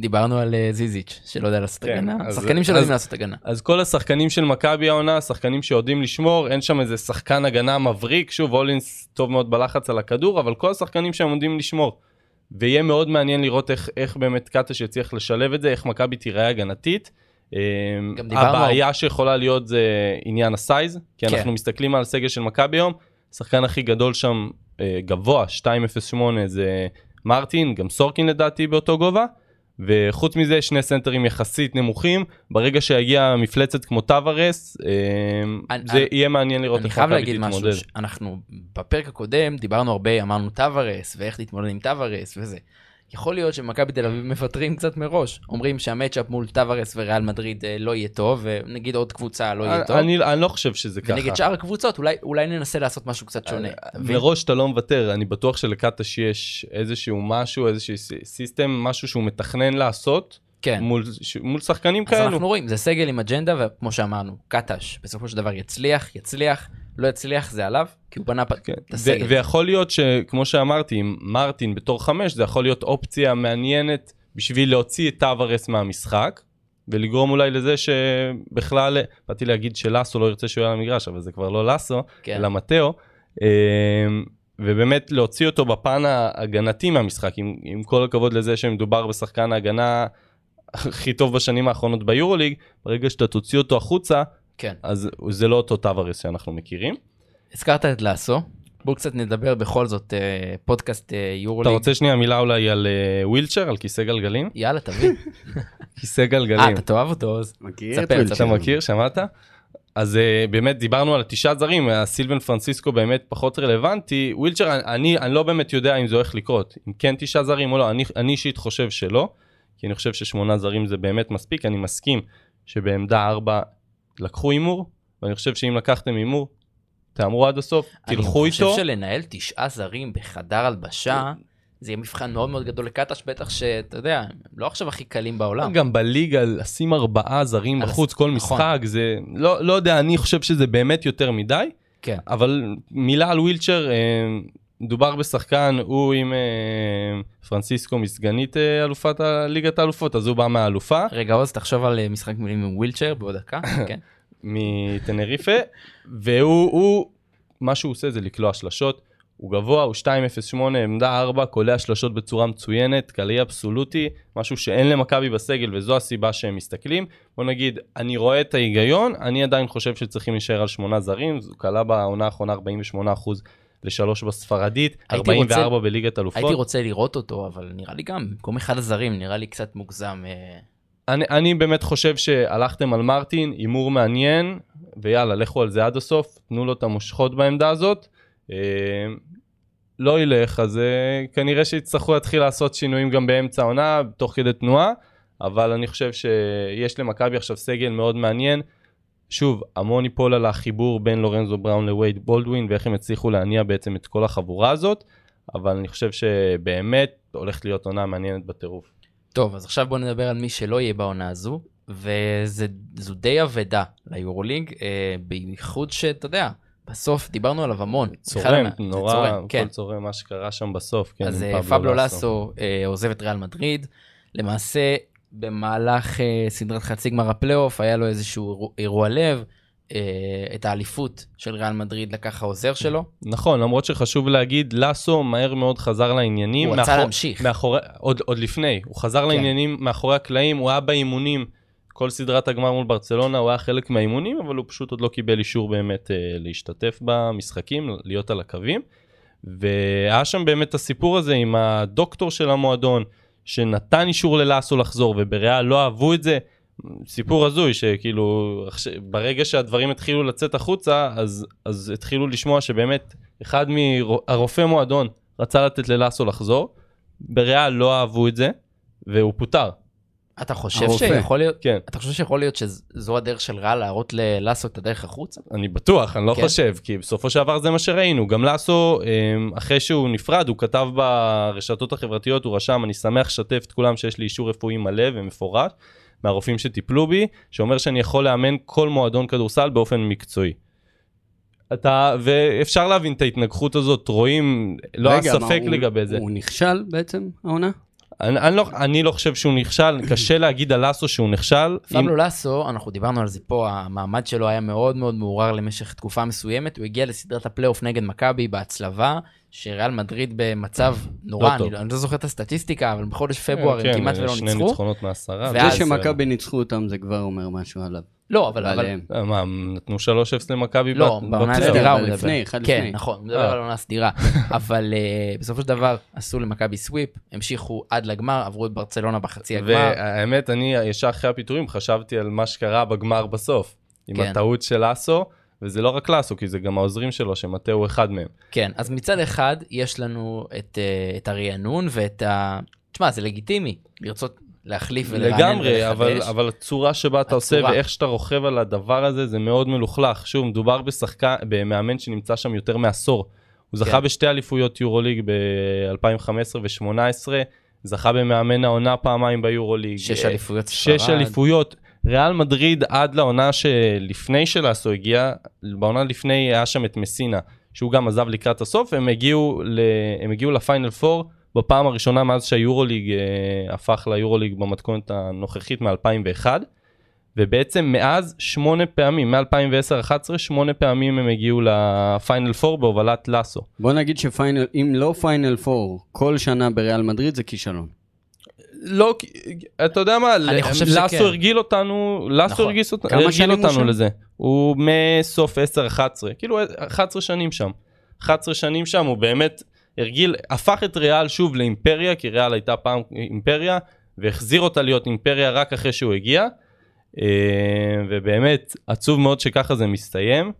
[SPEAKER 1] דיברנו על אה, זיזיץ', שלא יודע לעשות
[SPEAKER 2] כן,
[SPEAKER 1] הגנה.
[SPEAKER 2] אז-
[SPEAKER 1] השחקנים שלא
[SPEAKER 2] אז-
[SPEAKER 1] יודעים לעשות הגנה.
[SPEAKER 2] אז כל השחקנים של מכבי העונה, שחקנים שיודעים לשמור, אין שם איזה שחקן הגנה מבריק, שוב הולינס טוב מאוד בלחץ על הכדור, אבל כל השחקנים שם עומדים לשמור. ויהיה מאוד מעניין לראות איך, איך באמת קטש יצליח לשלב את זה, איך מכבי תיראה הגנתית. אמ,
[SPEAKER 1] גם דיברנו-
[SPEAKER 2] הבעיה שיכולה להיות זה עניין הסייז, כי
[SPEAKER 1] כן.
[SPEAKER 2] אנחנו מסתכלים על הסגל של מכבי היום, השחקן הכי גדול שם אה, גבוה, 2.08 זה מרטין, גם סורקין לדעתי באותו גובה, וחוץ מזה שני סנטרים יחסית נמוכים, ברגע שיגיע מפלצת כמו טווארס, אה,
[SPEAKER 1] אני-
[SPEAKER 2] זה
[SPEAKER 1] אני-
[SPEAKER 2] יהיה מעניין לראות
[SPEAKER 1] אני
[SPEAKER 2] איך
[SPEAKER 1] חייב
[SPEAKER 2] מכבי
[SPEAKER 1] להגיד משהו,
[SPEAKER 2] תתמודד.
[SPEAKER 1] אנחנו בפרק הקודם דיברנו הרבה, אמרנו טווארס, ואיך להתמודד עם טווארס וזה. יכול להיות שמכבי תל אביב מוותרים קצת מראש, אומרים שהמצ'אפ מול טווארס וריאל מדריד אה, לא יהיה טוב, ונגיד עוד קבוצה לא יהיה טוב,
[SPEAKER 2] אני אני לא חושב שזה ככה.
[SPEAKER 1] ונגד שאר הקבוצות אולי- אולי ננסה לעשות משהו קצת שונה. אתה מבין?
[SPEAKER 2] מראש אתה לא מוותר, אני בטוח שלקטש יש איזשהו משהו, איזשהו סי- סיסטם, משהו שהוא מתכנן לעשות
[SPEAKER 1] כן.
[SPEAKER 2] מול ש- מול שחקנים
[SPEAKER 1] אז
[SPEAKER 2] כאלו.
[SPEAKER 1] אנחנו רואים, זה סגל עם אג'נדה, וכמו שאמרנו, קטש, בסופו של דבר יצליח, יצליח, לא יצליח, זה עליו, כי הוא בנה פ-
[SPEAKER 2] כן.
[SPEAKER 1] את
[SPEAKER 2] ו-
[SPEAKER 1] הסגל.
[SPEAKER 2] ויכול להיות שכמו שאמרתי, עם מרטין בתור חמש, זה יכול להיות אופציה מעניינת בשביל להוציא את טווארס מהמשחק, ולגרום אולי לזה שבכלל, באתי להגיד שלאסו לא ירצה שהוא יהיה על המגרש, אבל זה כבר לא לאסו,
[SPEAKER 1] כן.
[SPEAKER 2] אלא מתאו. אמ, ובאמת להוציא אותו בפן ההגנתי מהמשחק, עם, עם כל הכבוד לזה שמדובר בשחקן ההגנה הכי טוב בשנים האחרונות ביורוליג, ברגע שאתה תוציא אותו החוצה,
[SPEAKER 1] כן.
[SPEAKER 2] אז זה לא אותו טווארס שאנחנו מכירים.
[SPEAKER 1] הזכרת את לאסו, בואו קצת נדבר בכל זאת, אה, פודקאסט אה,
[SPEAKER 2] אתה
[SPEAKER 1] יורוליג.
[SPEAKER 2] רוצה שנייה מילה אולי על אה, ווילצ'ר, על כיסא גלגלים?
[SPEAKER 1] יאללה,
[SPEAKER 2] (laughs)
[SPEAKER 1] תביא.
[SPEAKER 2] כיסא
[SPEAKER 1] אה,
[SPEAKER 2] גלגלים.
[SPEAKER 1] אתה תאהב אותו אז.
[SPEAKER 3] מכיר
[SPEAKER 1] ספר,
[SPEAKER 2] אתה
[SPEAKER 3] וילצ'ר?
[SPEAKER 2] מכיר? שמעת? אז אה, באמת דיברנו על התשעה זרים, הסילבן פרנסיסקו באמת פחות רלוונטי. ווילצ'ר, אני- אני, אני לא באמת יודע אם זה הולך לקרות, אם כן תשעה זרים או לא, אני, אני אישית חושב שלא, כי אני חושב ששמונה זרים זה באמת מספיק, אני מסכים שבעמדה ארבע לקחו הימור, ואני חושב שאם לקחתם הימור, תאמרו עד הסוף, תלכו
[SPEAKER 1] אני
[SPEAKER 2] איתו.
[SPEAKER 1] חושב שלנהל תשעה זרים בחדר הלבשה, זה יהיה מבחן מאוד מאוד גדול לקטש, בטח שאתה יודע, הם לא עכשיו הכי קלים בעולם.
[SPEAKER 2] גם בליגה לשים ארבעה זרים
[SPEAKER 1] אז-
[SPEAKER 2] בחוץ כל
[SPEAKER 1] נכון.
[SPEAKER 2] משחק זה לא לא יודע אני חושב שזה באמת יותר מדי
[SPEAKER 1] כן.
[SPEAKER 2] אבל מילה על ווילצ'ר אה, מדובר בשחקן הוא עם אה, פרנסיסקו מסגנית אה, אלופת ה- ליגת האלופות אז הוא בא מהאלופה
[SPEAKER 1] רגע, עוז, תחשוב על אה, משחק מילים עם ווילצ'ר בעוד
[SPEAKER 2] (laughs)
[SPEAKER 1] דקה. כן.
[SPEAKER 2] מטנריפה והוא הוא, מה שהוא עושה זה לקלוע שלשות הוא גבוה הוא 2.08 עמדה 4 קולע שלשות בצורה מצוינת קליע אבסולוטי משהו שאין למכבי בסגל וזו הסיבה שהם מסתכלים בוא נגיד אני רואה את ההיגיון אני עדיין חושב שצריכים להישאר על שמונה זרים הוא קלע בעונה האחרונה 48% לשלוש בספרדית
[SPEAKER 1] הייתי רוצה-
[SPEAKER 2] 44 בליגת אלופות.
[SPEAKER 1] הייתי רוצה לראות אותו, אבל נראה לי גם, במקום אחד הזרים, נראה לי קצת מוגזם. אה,
[SPEAKER 2] אני, אני באמת חושב שהלכתם על מרטין, הימור מעניין, ויאללה, לכו על זה עד הסוף, תנו לו את המושכות בעמדה הזאת. אה, לא ילך, אז אה, כנראה שיצטרכו להתחיל לעשות שינויים גם באמצע העונה, תוך כדי תנועה, אבל אני חושב שיש למכבי עכשיו סגל מאוד מעניין. שוב, המון ייפול על החיבור בין לורנזו בראון לווייד בולדווין, ואיך הם הצליחו להניע בעצם את כל החבורה הזאת, אבל אני חושב שבאמת הולכת להיות עונה מעניינת בטירוף.
[SPEAKER 1] טוב, אז עכשיו בואו נדבר על מי שלא יהיה בעונה הזו, וזו די אבדה ליורולינג, אה, בייחוד שאתה יודע, בסוף דיברנו עליו המון. אחד
[SPEAKER 2] צורם,
[SPEAKER 1] מה- זה
[SPEAKER 2] נורא,
[SPEAKER 1] צורם,
[SPEAKER 2] כן.
[SPEAKER 1] כן.
[SPEAKER 2] כל צורם, מה שקרה שם בסוף, כן,
[SPEAKER 1] אז
[SPEAKER 2] עם
[SPEAKER 1] אה, פבלו לסו אה, עוזב את ריאל מדריד. למעשה, במהלך אה, סדרת חצי גמר הפלייאוף היה לו איזשהו אירוע- אירוע לב, אה, את האליפות של ריאל מדריד לקח העוזר שלו.
[SPEAKER 2] נכון, למרות שחשוב להגיד, לאסו מהר מאוד חזר לעניינים.
[SPEAKER 1] הוא רצה להמשיך.
[SPEAKER 2] מאחורי, עוד, עוד לפני, הוא חזר כן. לעניינים מאחורי הקלעים, הוא היה באימונים כל סדרת הגמר מול ברצלונה, הוא היה חלק מהאימונים, אבל הוא פשוט עוד לא קיבל אישור באמת אה, להשתתף במשחקים, להיות על הקווים. והיה שם באמת את הסיפור הזה עם הדוקטור של המועדון, שנתן אישור ללאסו לחזור, ובריאל לא אהבו את זה. סיפור הזוי שכאילו עכשיו- ברגע שהדברים התחילו לצאת החוצה אז אז התחילו לשמוע שבאמת אחד מהרופא מועדון רצה לתת ללאסו לחזור. בריאל לא אהבו את זה והוא פוטר.
[SPEAKER 1] אתה חושב
[SPEAKER 3] הרופא.
[SPEAKER 1] שיכול להיות...
[SPEAKER 2] כן.
[SPEAKER 1] אתה חושב שיכול להיות שזו הדרך של ריאל להראות ללאסו את הדרך החוצה?
[SPEAKER 2] אני בטוח, אני לא
[SPEAKER 1] כן.
[SPEAKER 2] כן. חושב, כי בסופו של דבר זה מה שראינו. גם לאסו, אמ, אחרי שהוא נפרד, הוא כתב ברשתות החברתיות, הוא רשם, אני שמח לשתף את כולם שיש לי אישור רפואי מלא ומפורט מהרופאים שטיפלו בי, שאומר שאני יכול לאמן כל מועדון כדורסל באופן מקצועי. אתה, ואפשר להבין את ההתנגחות הזאת, רואים, לא היה
[SPEAKER 3] רגע, מה,
[SPEAKER 2] ספק
[SPEAKER 3] הוא-
[SPEAKER 2] לגבי זה.
[SPEAKER 3] הוא נכשל בעצם, העונה?
[SPEAKER 2] אני, אני, לא, אני לא חושב שהוא נכשל, קשה להגיד על לאסו שהוא נכשל. אם-
[SPEAKER 1] פבלו לאסו, אנחנו דיברנו על זה פה, המעמד שלו היה מאוד מאוד מעורער למשך תקופה מסוימת, הוא הגיע לסדרת הפלייאוף נגד מכבי בהצלבה, שריאל מדריד במצב נורא,
[SPEAKER 2] לא
[SPEAKER 1] אני
[SPEAKER 2] טוב.
[SPEAKER 1] לא- אני לא זוכר את הסטטיסטיקה, אבל בחודש פברואר הם
[SPEAKER 2] כן,
[SPEAKER 1] כמעט ולא
[SPEAKER 2] שני
[SPEAKER 1] ניצחו.
[SPEAKER 2] ניצחונות מעשרה.
[SPEAKER 1] ואז-
[SPEAKER 3] זה שמכבי ניצחו אותם זה כבר אומר משהו עליו.
[SPEAKER 1] לא, אבל- אבל
[SPEAKER 3] ועליהם.
[SPEAKER 2] אה, מה, הם נתנו 3-0 למכבי?
[SPEAKER 1] לא,
[SPEAKER 2] בת-
[SPEAKER 1] בעונה
[SPEAKER 2] בפלייאוף?
[SPEAKER 3] בסדר,
[SPEAKER 1] הסדירה הוא
[SPEAKER 3] אבל
[SPEAKER 1] מדבר.
[SPEAKER 3] לפני, אחד
[SPEAKER 1] כן,
[SPEAKER 3] לפני.
[SPEAKER 1] נכון, הוא מדבר
[SPEAKER 2] אה.
[SPEAKER 1] על עונה
[SPEAKER 2] (laughs)
[SPEAKER 1] סדירה. אבל אה, בסופו של דבר עשו למכבי סוויפ, המשיכו עד לגמר, עברו את ברצלונה בחצי הגמר.
[SPEAKER 2] והאמת, אני ישר אחרי הפיטורים חשבתי על מה שקרה בגמר בסוף, עם
[SPEAKER 1] כן.
[SPEAKER 2] הטעות של אסו, וזה לא רק לאסו, כי זה גם העוזרים שלו, שמטאו אחד מהם.
[SPEAKER 1] כן, אז מצד אחד יש לנו את, אה, את הרענון ואת ה... תשמע, זה לגיטימי לרצות להחליף ולרענן
[SPEAKER 2] לגמרי,
[SPEAKER 1] ולחדש.
[SPEAKER 2] אבל, אבל הצורה שבה אתה עושה
[SPEAKER 1] הצורה.
[SPEAKER 2] ואיך שאתה רוכב על הדבר הזה, זה מאוד מלוכלך. שוב, מדובר בשחקן, במאמן שנמצא שם יותר מעשור. הוא זכה
[SPEAKER 1] כן.
[SPEAKER 2] בשתי אליפויות יורוליג ב-2015 ו-2018, זכה במאמן העונה פעמיים ביורוליג.
[SPEAKER 1] שש
[SPEAKER 2] אה,
[SPEAKER 1] אליפויות ספרד.
[SPEAKER 2] שש אליפויות. ריאל מדריד עד לעונה שלפני שלאסו הגיע, בעונה לפני היה שם את מסינה, שהוא גם עזב לקראת הסוף, הם הגיעו, ל... הם הגיעו לפיינל פור בפעם הראשונה מאז שהיורוליג אה, הפך ליורוליג במתכונת הנוכחית מ-2001, ובעצם מאז שמונה פעמים, מ-2010-2011, שמונה פעמים הם הגיעו לפיינל פור בהובלת לאסו.
[SPEAKER 3] בוא נגיד שפיינל, אם לא פיינל פור, כל שנה בריאל מדריד זה כישלון.
[SPEAKER 2] לא, כי- אתה יודע מה, ל-
[SPEAKER 1] חושב שכן.
[SPEAKER 2] לאסו הרגיל אותנו,
[SPEAKER 1] נכון.
[SPEAKER 2] לאסו הרגיס אות-
[SPEAKER 3] כמה
[SPEAKER 2] הרגיל
[SPEAKER 3] שנים הוא
[SPEAKER 2] אותנו
[SPEAKER 3] שם?
[SPEAKER 2] לזה. הוא מסוף 10-11, כאילו 11 שנים שם. 11 שנים שם, הוא באמת הרגיל, הפך את ריאל שוב לאימפריה, כי ריאל הייתה פעם אימפריה, והחזיר אותה להיות אימפריה רק אחרי שהוא הגיע. אה, ובאמת, עצוב מאוד שככה זה מסתיים.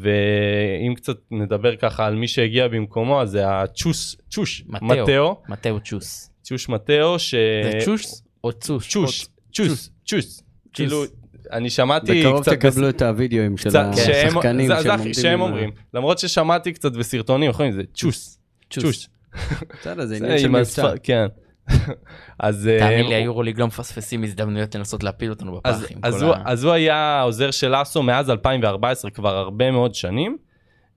[SPEAKER 2] ואם קצת נדבר ככה על מי שהגיע במקומו, אז זה הצ'וס, צ'וש,
[SPEAKER 1] מתאו.
[SPEAKER 2] מתאו,
[SPEAKER 1] מתאו צ'וס.
[SPEAKER 2] צ'וש מתאו, ש...
[SPEAKER 1] זה צ'וש או צוש?
[SPEAKER 2] צ'וש, אה, צ'וס, צ'וס. כאילו, אני שמעתי
[SPEAKER 3] בקרוב
[SPEAKER 2] קצת...
[SPEAKER 3] תקבלו את הווידאוים של
[SPEAKER 2] קצת- שהם-
[SPEAKER 3] השחקנים
[SPEAKER 2] זה-
[SPEAKER 3] שהם
[SPEAKER 2] זה הכי-
[SPEAKER 3] עומדים
[SPEAKER 2] שהם
[SPEAKER 3] עם ה-
[SPEAKER 2] אומרים. למרות ששמעתי קצת בסרטונים, יכולים זה צ'וס, צ'וס.
[SPEAKER 3] בסדר, זה
[SPEAKER 2] זה
[SPEAKER 3] עניין של
[SPEAKER 2] עם
[SPEAKER 3] מבצע.
[SPEAKER 2] הספ- כן. (laughs) אז...
[SPEAKER 1] תאמין
[SPEAKER 2] אה,
[SPEAKER 1] לי, היורוליג לא מפספסים הזדמנויות לנסות להפיל אותנו
[SPEAKER 2] אז-
[SPEAKER 1] בפח. עם
[SPEAKER 2] אז
[SPEAKER 1] כל
[SPEAKER 2] הוא-
[SPEAKER 1] ה-
[SPEAKER 2] אז הוא היה העוזר של אסו מאז 2014 כבר הרבה מאוד שנים.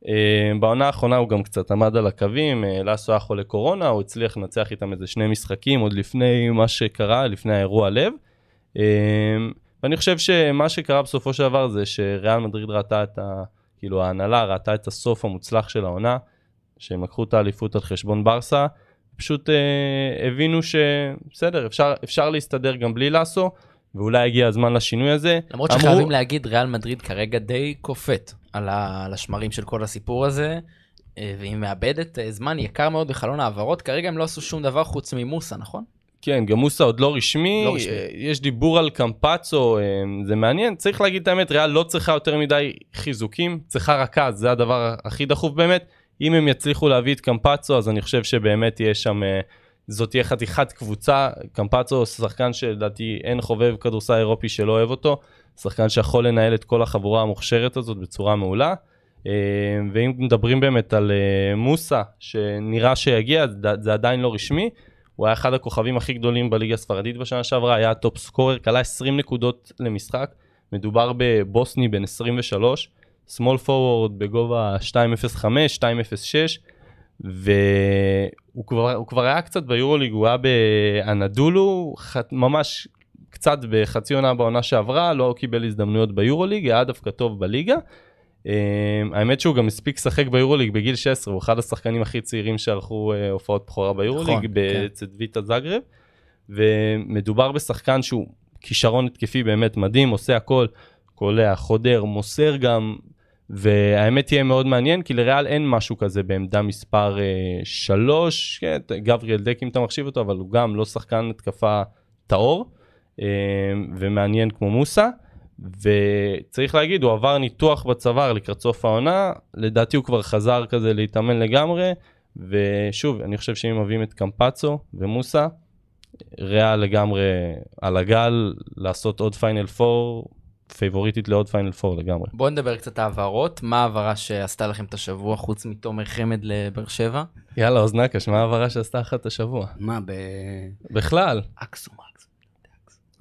[SPEAKER 2] אה, בעונה האחרונה הוא גם קצת עמד על הקווים, אה, לאסו היה חולה קורונה, הוא הצליח לנצח איתם איזה שני משחקים עוד לפני מה שקרה, לפני האירוע לב. אה, ואני חושב שמה שקרה בסופו של דבר זה שריאל מדריד ראתה את ה... כאילו ההנהלה ראתה את הסוף המוצלח של העונה, שהם לקחו את האליפות על חשבון ברסה, פשוט אה, הבינו שבסדר, אפשר, אפשר להסתדר גם בלי לאסו, ואולי הגיע הזמן לשינוי הזה.
[SPEAKER 1] למרות
[SPEAKER 2] אמרו-
[SPEAKER 1] שחייבים להגיד, ריאל מדריד כרגע די קופאת על ה- על השמרים של כל הסיפור הזה, אה, והיא מאבדת אה, זמן יקר מאוד בחלון העברות. כרגע הם לא עשו שום דבר חוץ ממוסה, נכון?
[SPEAKER 2] כן, גם מוסה עוד לא רשמי,
[SPEAKER 1] לא רשמי.
[SPEAKER 2] אה, יש דיבור על קמפצו, אה, זה מעניין, צריך להגיד את האמת, ריאל לא צריכה יותר מדי חיזוקים, צריכה רכז, זה הדבר הכי דחוף באמת. אם הם יצליחו להביא את קמפצו, אז אני חושב שבאמת יש שם, אה, זאת תהיה חתיכת קבוצה, קמפצו שחקן שלדעתי אין חובב כדורסל אירופי שלא אוהב אותו, שחקן שיכול לנהל את כל החבורה המוכשרת הזאת בצורה מעולה. אה, ואם מדברים באמת על אה, מוסה, שנראה שיגיע, זה- זה עדיין לא רשמי. הוא היה אחד הכוכבים הכי גדולים בליגה הספרדית בשנה שעברה, היה הטופ סקורר, כלה 20 נקודות למשחק. מדובר בבוסני בן 23, שמאל פורוורד בגובה 2.05, 2.06, והוא כבר, הוא כבר היה קצת ביורוליג, הוא היה באנדולו, ח- ממש קצת בחצי עונה בעונה שעברה, לא קיבל הזדמנויות ביורוליג, היה דווקא טוב בליגה. אה, האמת שהוא גם הספיק לשחק ביורוליג בגיל 16, הוא אחד השחקנים הכי צעירים שערכו אה, הופעות בכורה ביורוליג,
[SPEAKER 3] נכון, כן.
[SPEAKER 2] אצל ויטה זגרב. ומדובר בשחקן שהוא כישרון התקפי באמת מדהים, עושה הכל, קולע, חודר, מוסר גם, והאמת תהיה מאוד מעניין, כי לריאל אין משהו כזה בעמדה מספר 3, כן, ת- גבריאל דק אם אתה מחשיב אותו, אבל הוא גם לא שחקן התקפה טהור, אה, ומעניין כמו מוסה. וצריך להגיד, הוא עבר ניתוח בצוואר לקראת סוף העונה, לדעתי הוא כבר חזר כזה להתאמן לגמרי, ושוב, אני חושב שאם מביאים את קמפצו ומוסה, ריאה לגמרי על הגל, לעשות עוד פיינל 4, פייבוריטית לעוד פיינל 4 לגמרי.
[SPEAKER 1] בואו נדבר קצת העברות, מה ההעברה שעשתה לכם את השבוע חוץ מתומר חמד לבאר שבע?
[SPEAKER 2] יאללה, אוזנה קש, מה ההעברה שעשתה אחת השבוע?
[SPEAKER 3] מה, ב...
[SPEAKER 2] בכלל,
[SPEAKER 1] אקסום אקסום.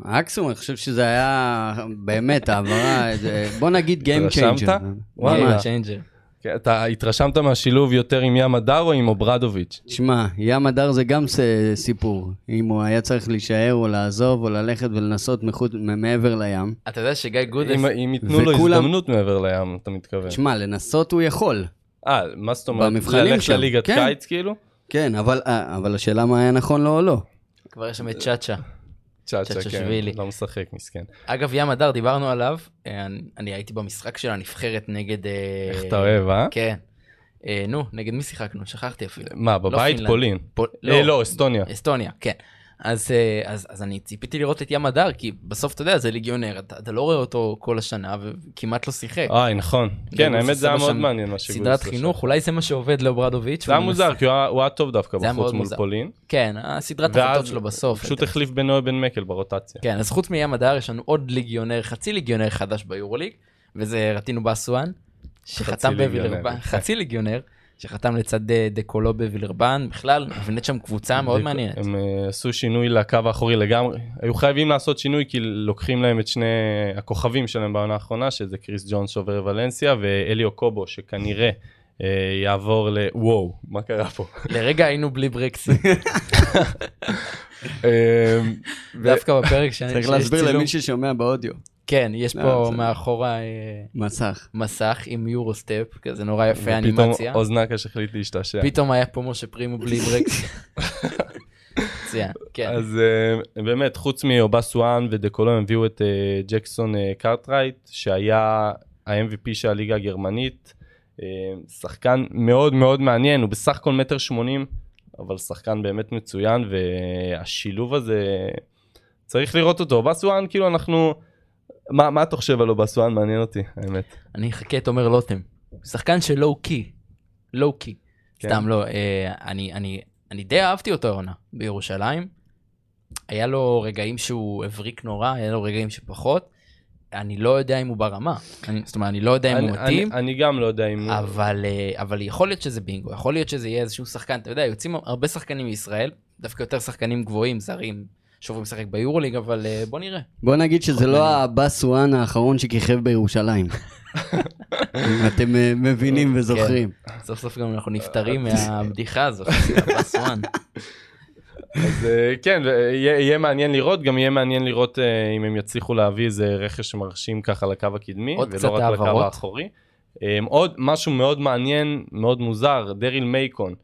[SPEAKER 3] אקסום, אני חושב שזה היה באמת העברה, איזה- בוא נגיד Game
[SPEAKER 2] התרשמת?
[SPEAKER 3] Changer.
[SPEAKER 2] וואלה.
[SPEAKER 1] וואלה. צ'יינג'ר.
[SPEAKER 2] כן, אתה התרשמת מהשילוב יותר עם ים הדר או עם אוברדוביץ'?
[SPEAKER 3] תשמע, ים הדר זה גם ס- סיפור. אם הוא היה צריך להישאר או לעזוב או ללכת ולנסות מחוץ, מעבר לים.
[SPEAKER 1] אתה יודע שגיא גודס,
[SPEAKER 2] אם אם ייתנו לו
[SPEAKER 3] וכולם-
[SPEAKER 2] הזדמנות מעבר לים, אתה מתכוון.
[SPEAKER 3] תשמע, לנסות הוא יכול.
[SPEAKER 2] אה, מה זאת אומרת?
[SPEAKER 3] במבחנים
[SPEAKER 2] ללכת
[SPEAKER 3] שם,
[SPEAKER 2] לליגת
[SPEAKER 3] כן.
[SPEAKER 2] קיץ כאילו?
[SPEAKER 3] כן, אבל, אה, אבל השאלה מה היה נכון לו או לא.
[SPEAKER 1] כבר יש שם את צ'אצ'ה.
[SPEAKER 2] צ'אצ'ה, כן,
[SPEAKER 1] צ'צ'שווילי.
[SPEAKER 2] לא משחק, מסכן.
[SPEAKER 1] אגב, ים הדר, דיברנו עליו, אה, אני- אני הייתי במשחק של הנבחרת נגד... אה,
[SPEAKER 2] איך אתה אוהב, אה?
[SPEAKER 1] כן. אה, נו, נגד מי שיחקנו? שכחתי אפילו.
[SPEAKER 2] מה, בבית
[SPEAKER 1] פינלנד.
[SPEAKER 2] פולין?
[SPEAKER 1] פול-
[SPEAKER 2] אה, לא, אסטוניה.
[SPEAKER 1] אסטוניה, כן. אז, אה, אז, אז אני ציפיתי לראות את ים הדר, כי בסוף אתה יודע, זה ליגיונר, אתה, אתה לא רואה אותו כל השנה וכמעט לא שיחק.
[SPEAKER 2] אוי, נכון. כן,
[SPEAKER 1] גודס
[SPEAKER 2] האמת זה היה
[SPEAKER 1] עשה
[SPEAKER 2] מאוד
[SPEAKER 1] שם
[SPEAKER 2] מעניין מה שגודס לא
[SPEAKER 1] סדרת חינוך, אולי זה מה שעובד לאוברדוביץ'.
[SPEAKER 2] זה היה
[SPEAKER 1] הוא
[SPEAKER 2] מוזר,
[SPEAKER 1] מנסה-
[SPEAKER 2] כי הוא היה- הוא היה טוב דווקא
[SPEAKER 1] זה היה
[SPEAKER 2] בחוץ
[SPEAKER 1] מאוד
[SPEAKER 2] מול
[SPEAKER 1] מוזר.
[SPEAKER 2] פולין.
[SPEAKER 1] כן, הסדרת
[SPEAKER 2] ואז
[SPEAKER 1] החלטות שלו בסוף.
[SPEAKER 2] פשוט
[SPEAKER 1] הייתה-
[SPEAKER 2] החליף בינו לבין מקל ברוטציה.
[SPEAKER 1] כן, אז חוץ מים הדר יש לנו עוד ליגיונר, חצי ליגיונר חדש ביורוליג, וזה רטינו בסואן, שחתם
[SPEAKER 2] ליגיונר,
[SPEAKER 1] בווילרבן,
[SPEAKER 2] כן.
[SPEAKER 1] חצי ליגיונר, שחתם לצד אה, דקולו בווילרבן, בכלל, נבנית שם קבוצה מאוד
[SPEAKER 2] דיק-
[SPEAKER 1] מעניינת.
[SPEAKER 2] הם אה, עשו שינוי לקו האחורי לגמרי. היו חייבים לעשות שינוי כי לוקחים להם את שני הכוכבים שלהם בעונה האחרונה, שזה קריס ג'ונס שעובר ולנסיה, ואליו קובו שכנראה אה, יעבור ל... וואו, מה קרה פה?
[SPEAKER 1] לרגע היינו בלי
[SPEAKER 2] (laughs)
[SPEAKER 1] ברקסי,
[SPEAKER 2] אה, ו-
[SPEAKER 1] דווקא בפרק שאני...
[SPEAKER 3] צריך
[SPEAKER 1] שיש
[SPEAKER 3] להסביר
[SPEAKER 1] צילום.
[SPEAKER 3] למי ששומע באודיו.
[SPEAKER 1] כן, יש
[SPEAKER 3] לא,
[SPEAKER 1] פה
[SPEAKER 3] בסדר.
[SPEAKER 1] מאחורה אה,
[SPEAKER 3] מסך.
[SPEAKER 1] מסך עם יורוסטפ, כזה נורא יפה
[SPEAKER 2] ופתאום
[SPEAKER 1] אנימציה.
[SPEAKER 2] אוזנקש החליט להשתעשע.
[SPEAKER 1] פתאום היה פה משה פרימו
[SPEAKER 2] (laughs)
[SPEAKER 1] בלי ברקס. מצוין, כן.
[SPEAKER 2] אז אה, באמת, חוץ מאובסואן ודקולו, הם הביאו את אה, ג'קסון אה, קארטרייט, שהיה ה-MVP של הליגה הגרמנית. אה, שחקן מאוד מאוד מעניין, הוא בסך הכל מטר שמונים, אבל שחקן באמת מצוין, והשילוב הזה, צריך לראות אותו. אובסואן, כאילו אנחנו... מה, מה אתה חושב על אובסואן? מעניין אותי, האמת.
[SPEAKER 1] אני אחכה את עומר לוטם. שחקן של לואו קי. לואו קי.
[SPEAKER 2] כן.
[SPEAKER 1] סתם לא, אה, אני, אני, אני די אהבתי אותו העונה בירושלים. היה לו רגעים שהוא הבריק נורא, היה לו רגעים שפחות. אני לא יודע אם הוא ברמה. אני, זאת אומרת, אני לא יודע אם הוא
[SPEAKER 2] אני, אני,
[SPEAKER 1] מתאים,
[SPEAKER 2] אני גם לא יודע אם הוא...
[SPEAKER 1] אבל, אה, אבל יכול להיות שזה בינגו, יכול להיות שזה יהיה איזשהו שחקן, אתה יודע, יוצאים הרבה שחקנים מישראל, דווקא יותר שחקנים גבוהים, זרים, שעוברים לשחק ביורוליג, אבל אה, בוא נראה.
[SPEAKER 3] בוא נגיד שזה לא הבאס וואן האחרון שכיכב (laughs) בירושלים. אתם אה, מבינים וזוכרים.
[SPEAKER 1] סוף סוף גם אנחנו נפטרים
[SPEAKER 2] אה,
[SPEAKER 1] מהבדיחה הזאת,
[SPEAKER 2] (laughs)
[SPEAKER 1] הבאס וואן.
[SPEAKER 2] אז אה, כן, יהיה יהיה מעניין לראות, גם יהיה מעניין לראות אה, אם הם יצליחו להביא איזה רכש מרשים ככה לקו הקדמי,
[SPEAKER 1] עוד קצת
[SPEAKER 2] ולא רק לקו
[SPEAKER 1] העברות.
[SPEAKER 2] האחורי. אה, עוד משהו מאוד מעניין, מאוד מוזר, דריל מייקון.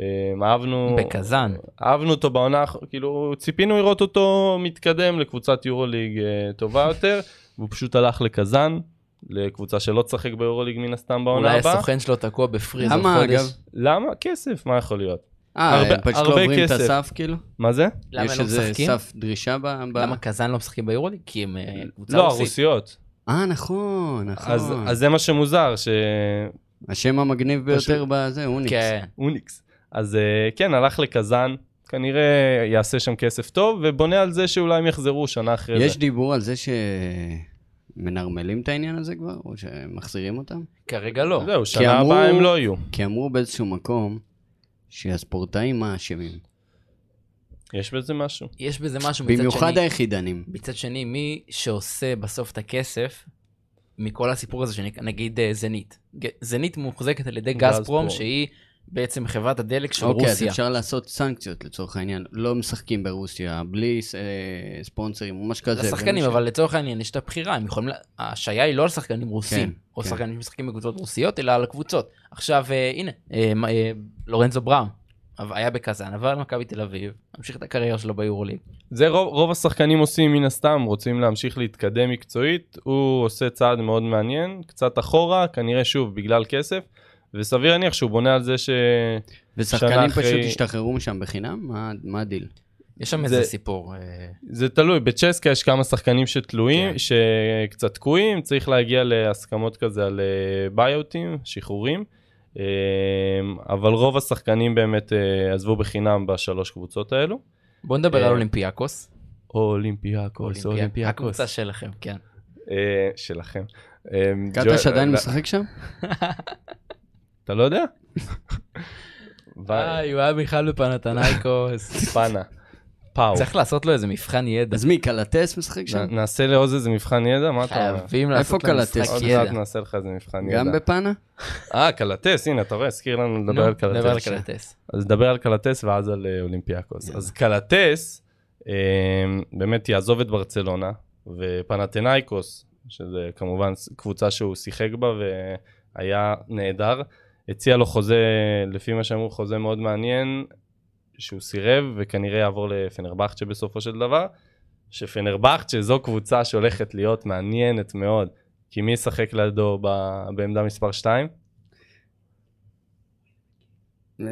[SPEAKER 2] אה, אהבנו,
[SPEAKER 1] בקזאן.
[SPEAKER 2] אהבנו אותו בעונה, האח- כאילו ציפינו לראות אותו מתקדם לקבוצת יורוליג אה,
[SPEAKER 1] (laughs)
[SPEAKER 2] טובה יותר, והוא פשוט הלך לקזאן, לקבוצה שלא תשחק ביורוליג מן הסתם בעונה
[SPEAKER 1] אולי
[SPEAKER 2] הבאה.
[SPEAKER 1] הסוכן שלו תקוע בפריז עוד
[SPEAKER 3] למה,
[SPEAKER 1] חודש.
[SPEAKER 3] אגב?
[SPEAKER 2] למה? כסף, מה יכול להיות?
[SPEAKER 3] אה,
[SPEAKER 2] הרבה-
[SPEAKER 3] הם פשוט לא
[SPEAKER 2] הרבה
[SPEAKER 3] עוברים את
[SPEAKER 2] כסף.
[SPEAKER 3] הסף כאילו?
[SPEAKER 2] מה זה?
[SPEAKER 1] למה הם
[SPEAKER 3] יש
[SPEAKER 1] לא
[SPEAKER 3] איזה
[SPEAKER 1] משחקים?
[SPEAKER 3] סף דרישה ב... ב-
[SPEAKER 1] למה קזאן לא משחקים ביורוליג? כי הם אה, קבוצה
[SPEAKER 2] לא,
[SPEAKER 1] רוסית.
[SPEAKER 2] הרוסיות.
[SPEAKER 3] אה, נכון, נכון.
[SPEAKER 2] אז אז זה מה שמוזר, ש...
[SPEAKER 3] השם המגניב ביותר בזה, אוניקס.
[SPEAKER 1] כן.
[SPEAKER 2] אוניקס. אז אה, כן, הלך לקזאן, כנראה יעשה שם כסף טוב, ובונה על זה שאולי הם יחזרו שנה אחרי
[SPEAKER 3] יש
[SPEAKER 2] זה.
[SPEAKER 3] דיבור על זה שמנרמלים את העניין הזה כבר, או שמחזירים אותם?
[SPEAKER 1] כרגע לא.
[SPEAKER 2] זהו,
[SPEAKER 3] כי
[SPEAKER 2] שנה
[SPEAKER 3] אמרו-
[SPEAKER 2] הבאה הם לא יהיו.
[SPEAKER 3] כי אמרו באיזשהו מקום שהספורטאים מה אשמים.
[SPEAKER 2] יש בזה משהו.
[SPEAKER 1] יש בזה משהו מצד
[SPEAKER 3] במיוחד
[SPEAKER 1] שני.
[SPEAKER 3] היחידנים.
[SPEAKER 1] מצד שני, מי שעושה בסוף את הכסף, מכל הסיפור הזה, שנגיד אה, זנית. ג- זנית מוחזקת על ידי
[SPEAKER 2] גזפרום.
[SPEAKER 1] גזפרום, שהיא בעצם חברת הדלק של
[SPEAKER 3] אוקיי, אז
[SPEAKER 1] רוסיה.
[SPEAKER 3] אפשר לעשות סנקציות לצורך העניין. לא משחקים ברוסיה, בלי אה, ספונסרים או משהו כזה.
[SPEAKER 1] לשחקנים,
[SPEAKER 3] ומי ש-
[SPEAKER 1] אבל לצורך העניין יש את הבחירה, הם יכולים, לה- ההשעיה היא לא על שחקנים רוסים,
[SPEAKER 3] כן,
[SPEAKER 1] או
[SPEAKER 3] כן.
[SPEAKER 1] שחקנים שמשחקים בקבוצות רוסיות, אלא על הקבוצות. עכשיו, אה, הנה, אה, מ- אה, לורנזו בראם, אבל- היה בקזאן, עבר למכבי תל אביב, המשיך את הקריירה שלו ביורוליג.
[SPEAKER 2] זה רוב, רוב השחקנים עושים מן הסתם, רוצים להמשיך להתקדם מקצועית, הוא עושה צעד מאוד מעניין, קצת אחורה, כנראה שוב בגלל כסף, וסביר להניח שהוא בונה על זה ש... שנה
[SPEAKER 3] ושחקנים
[SPEAKER 2] אחרי-
[SPEAKER 3] פשוט השתחררו משם בחינם? מה- מה הדיל?
[SPEAKER 1] יש שם
[SPEAKER 2] זה-
[SPEAKER 1] איזה סיפור. אה,
[SPEAKER 2] זה תלוי, בצ'סקה יש כמה שחקנים שתלויים,
[SPEAKER 1] כן.
[SPEAKER 2] שקצת תקועים, צריך להגיע להסכמות כזה על אה, ביי-אוטים, שחרורים, אה, אבל רוב השחקנים באמת אה, עזבו בחינם בשלוש קבוצות האלו.
[SPEAKER 1] בוא נדבר
[SPEAKER 2] אה,
[SPEAKER 1] על אולימפיאקוס.
[SPEAKER 2] אולימפיאקוס, אולימפיאקוס,
[SPEAKER 1] הקבוצה שלכם, כן.
[SPEAKER 2] אה, שלכם. אה,
[SPEAKER 3] קטש
[SPEAKER 2] ג'ו-
[SPEAKER 3] עדיין
[SPEAKER 2] לא,
[SPEAKER 3] משחק שם?
[SPEAKER 1] אה,
[SPEAKER 2] אתה לא יודע?
[SPEAKER 1] וואי, הוא היה בכלל בפנתנייקוס.
[SPEAKER 2] פאנה. פאו.
[SPEAKER 1] (laughs) צריך לעשות לו איזה מבחן ידע.
[SPEAKER 3] אז מי, קלטס משחק
[SPEAKER 1] אה,
[SPEAKER 3] שם?
[SPEAKER 2] נ- נעשה לעוז איזה מבחן ידע? מה אתה אומר?
[SPEAKER 1] חייבים לעשות
[SPEAKER 3] איפה
[SPEAKER 1] לו
[SPEAKER 3] קלטס?
[SPEAKER 1] משחק
[SPEAKER 2] עוד
[SPEAKER 1] ידע.
[SPEAKER 2] מעט נעשה לך איזה מבחן ידע.
[SPEAKER 3] גם בפאנה?
[SPEAKER 2] אה, קלטס, הנה, אתה רואה, הזכיר לנו
[SPEAKER 1] נו,
[SPEAKER 2] לדבר על
[SPEAKER 1] נדבר על
[SPEAKER 2] קלטס.
[SPEAKER 1] קלטס.
[SPEAKER 2] אז נדבר על קלטס ואז על אה, אולימפיאקוס. אז קלטס אה, באמת יעזוב את ברצלונה, ופנתנאיקוס, שזה כמובן ס- קבוצה שהוא שיחק בה והיה נהדר, הציע לו חוזה, לפי מה שאמרו, חוזה מאוד מעניין, שהוא סירב וכנראה יעבור לפנרבכצ'ה בסופו של דבר, שפנרבכצ'ה זו קבוצה שהולכת להיות מעניינת מאוד, כי מי ישחק לידו ב- בעמדה מספר 2?
[SPEAKER 3] אה,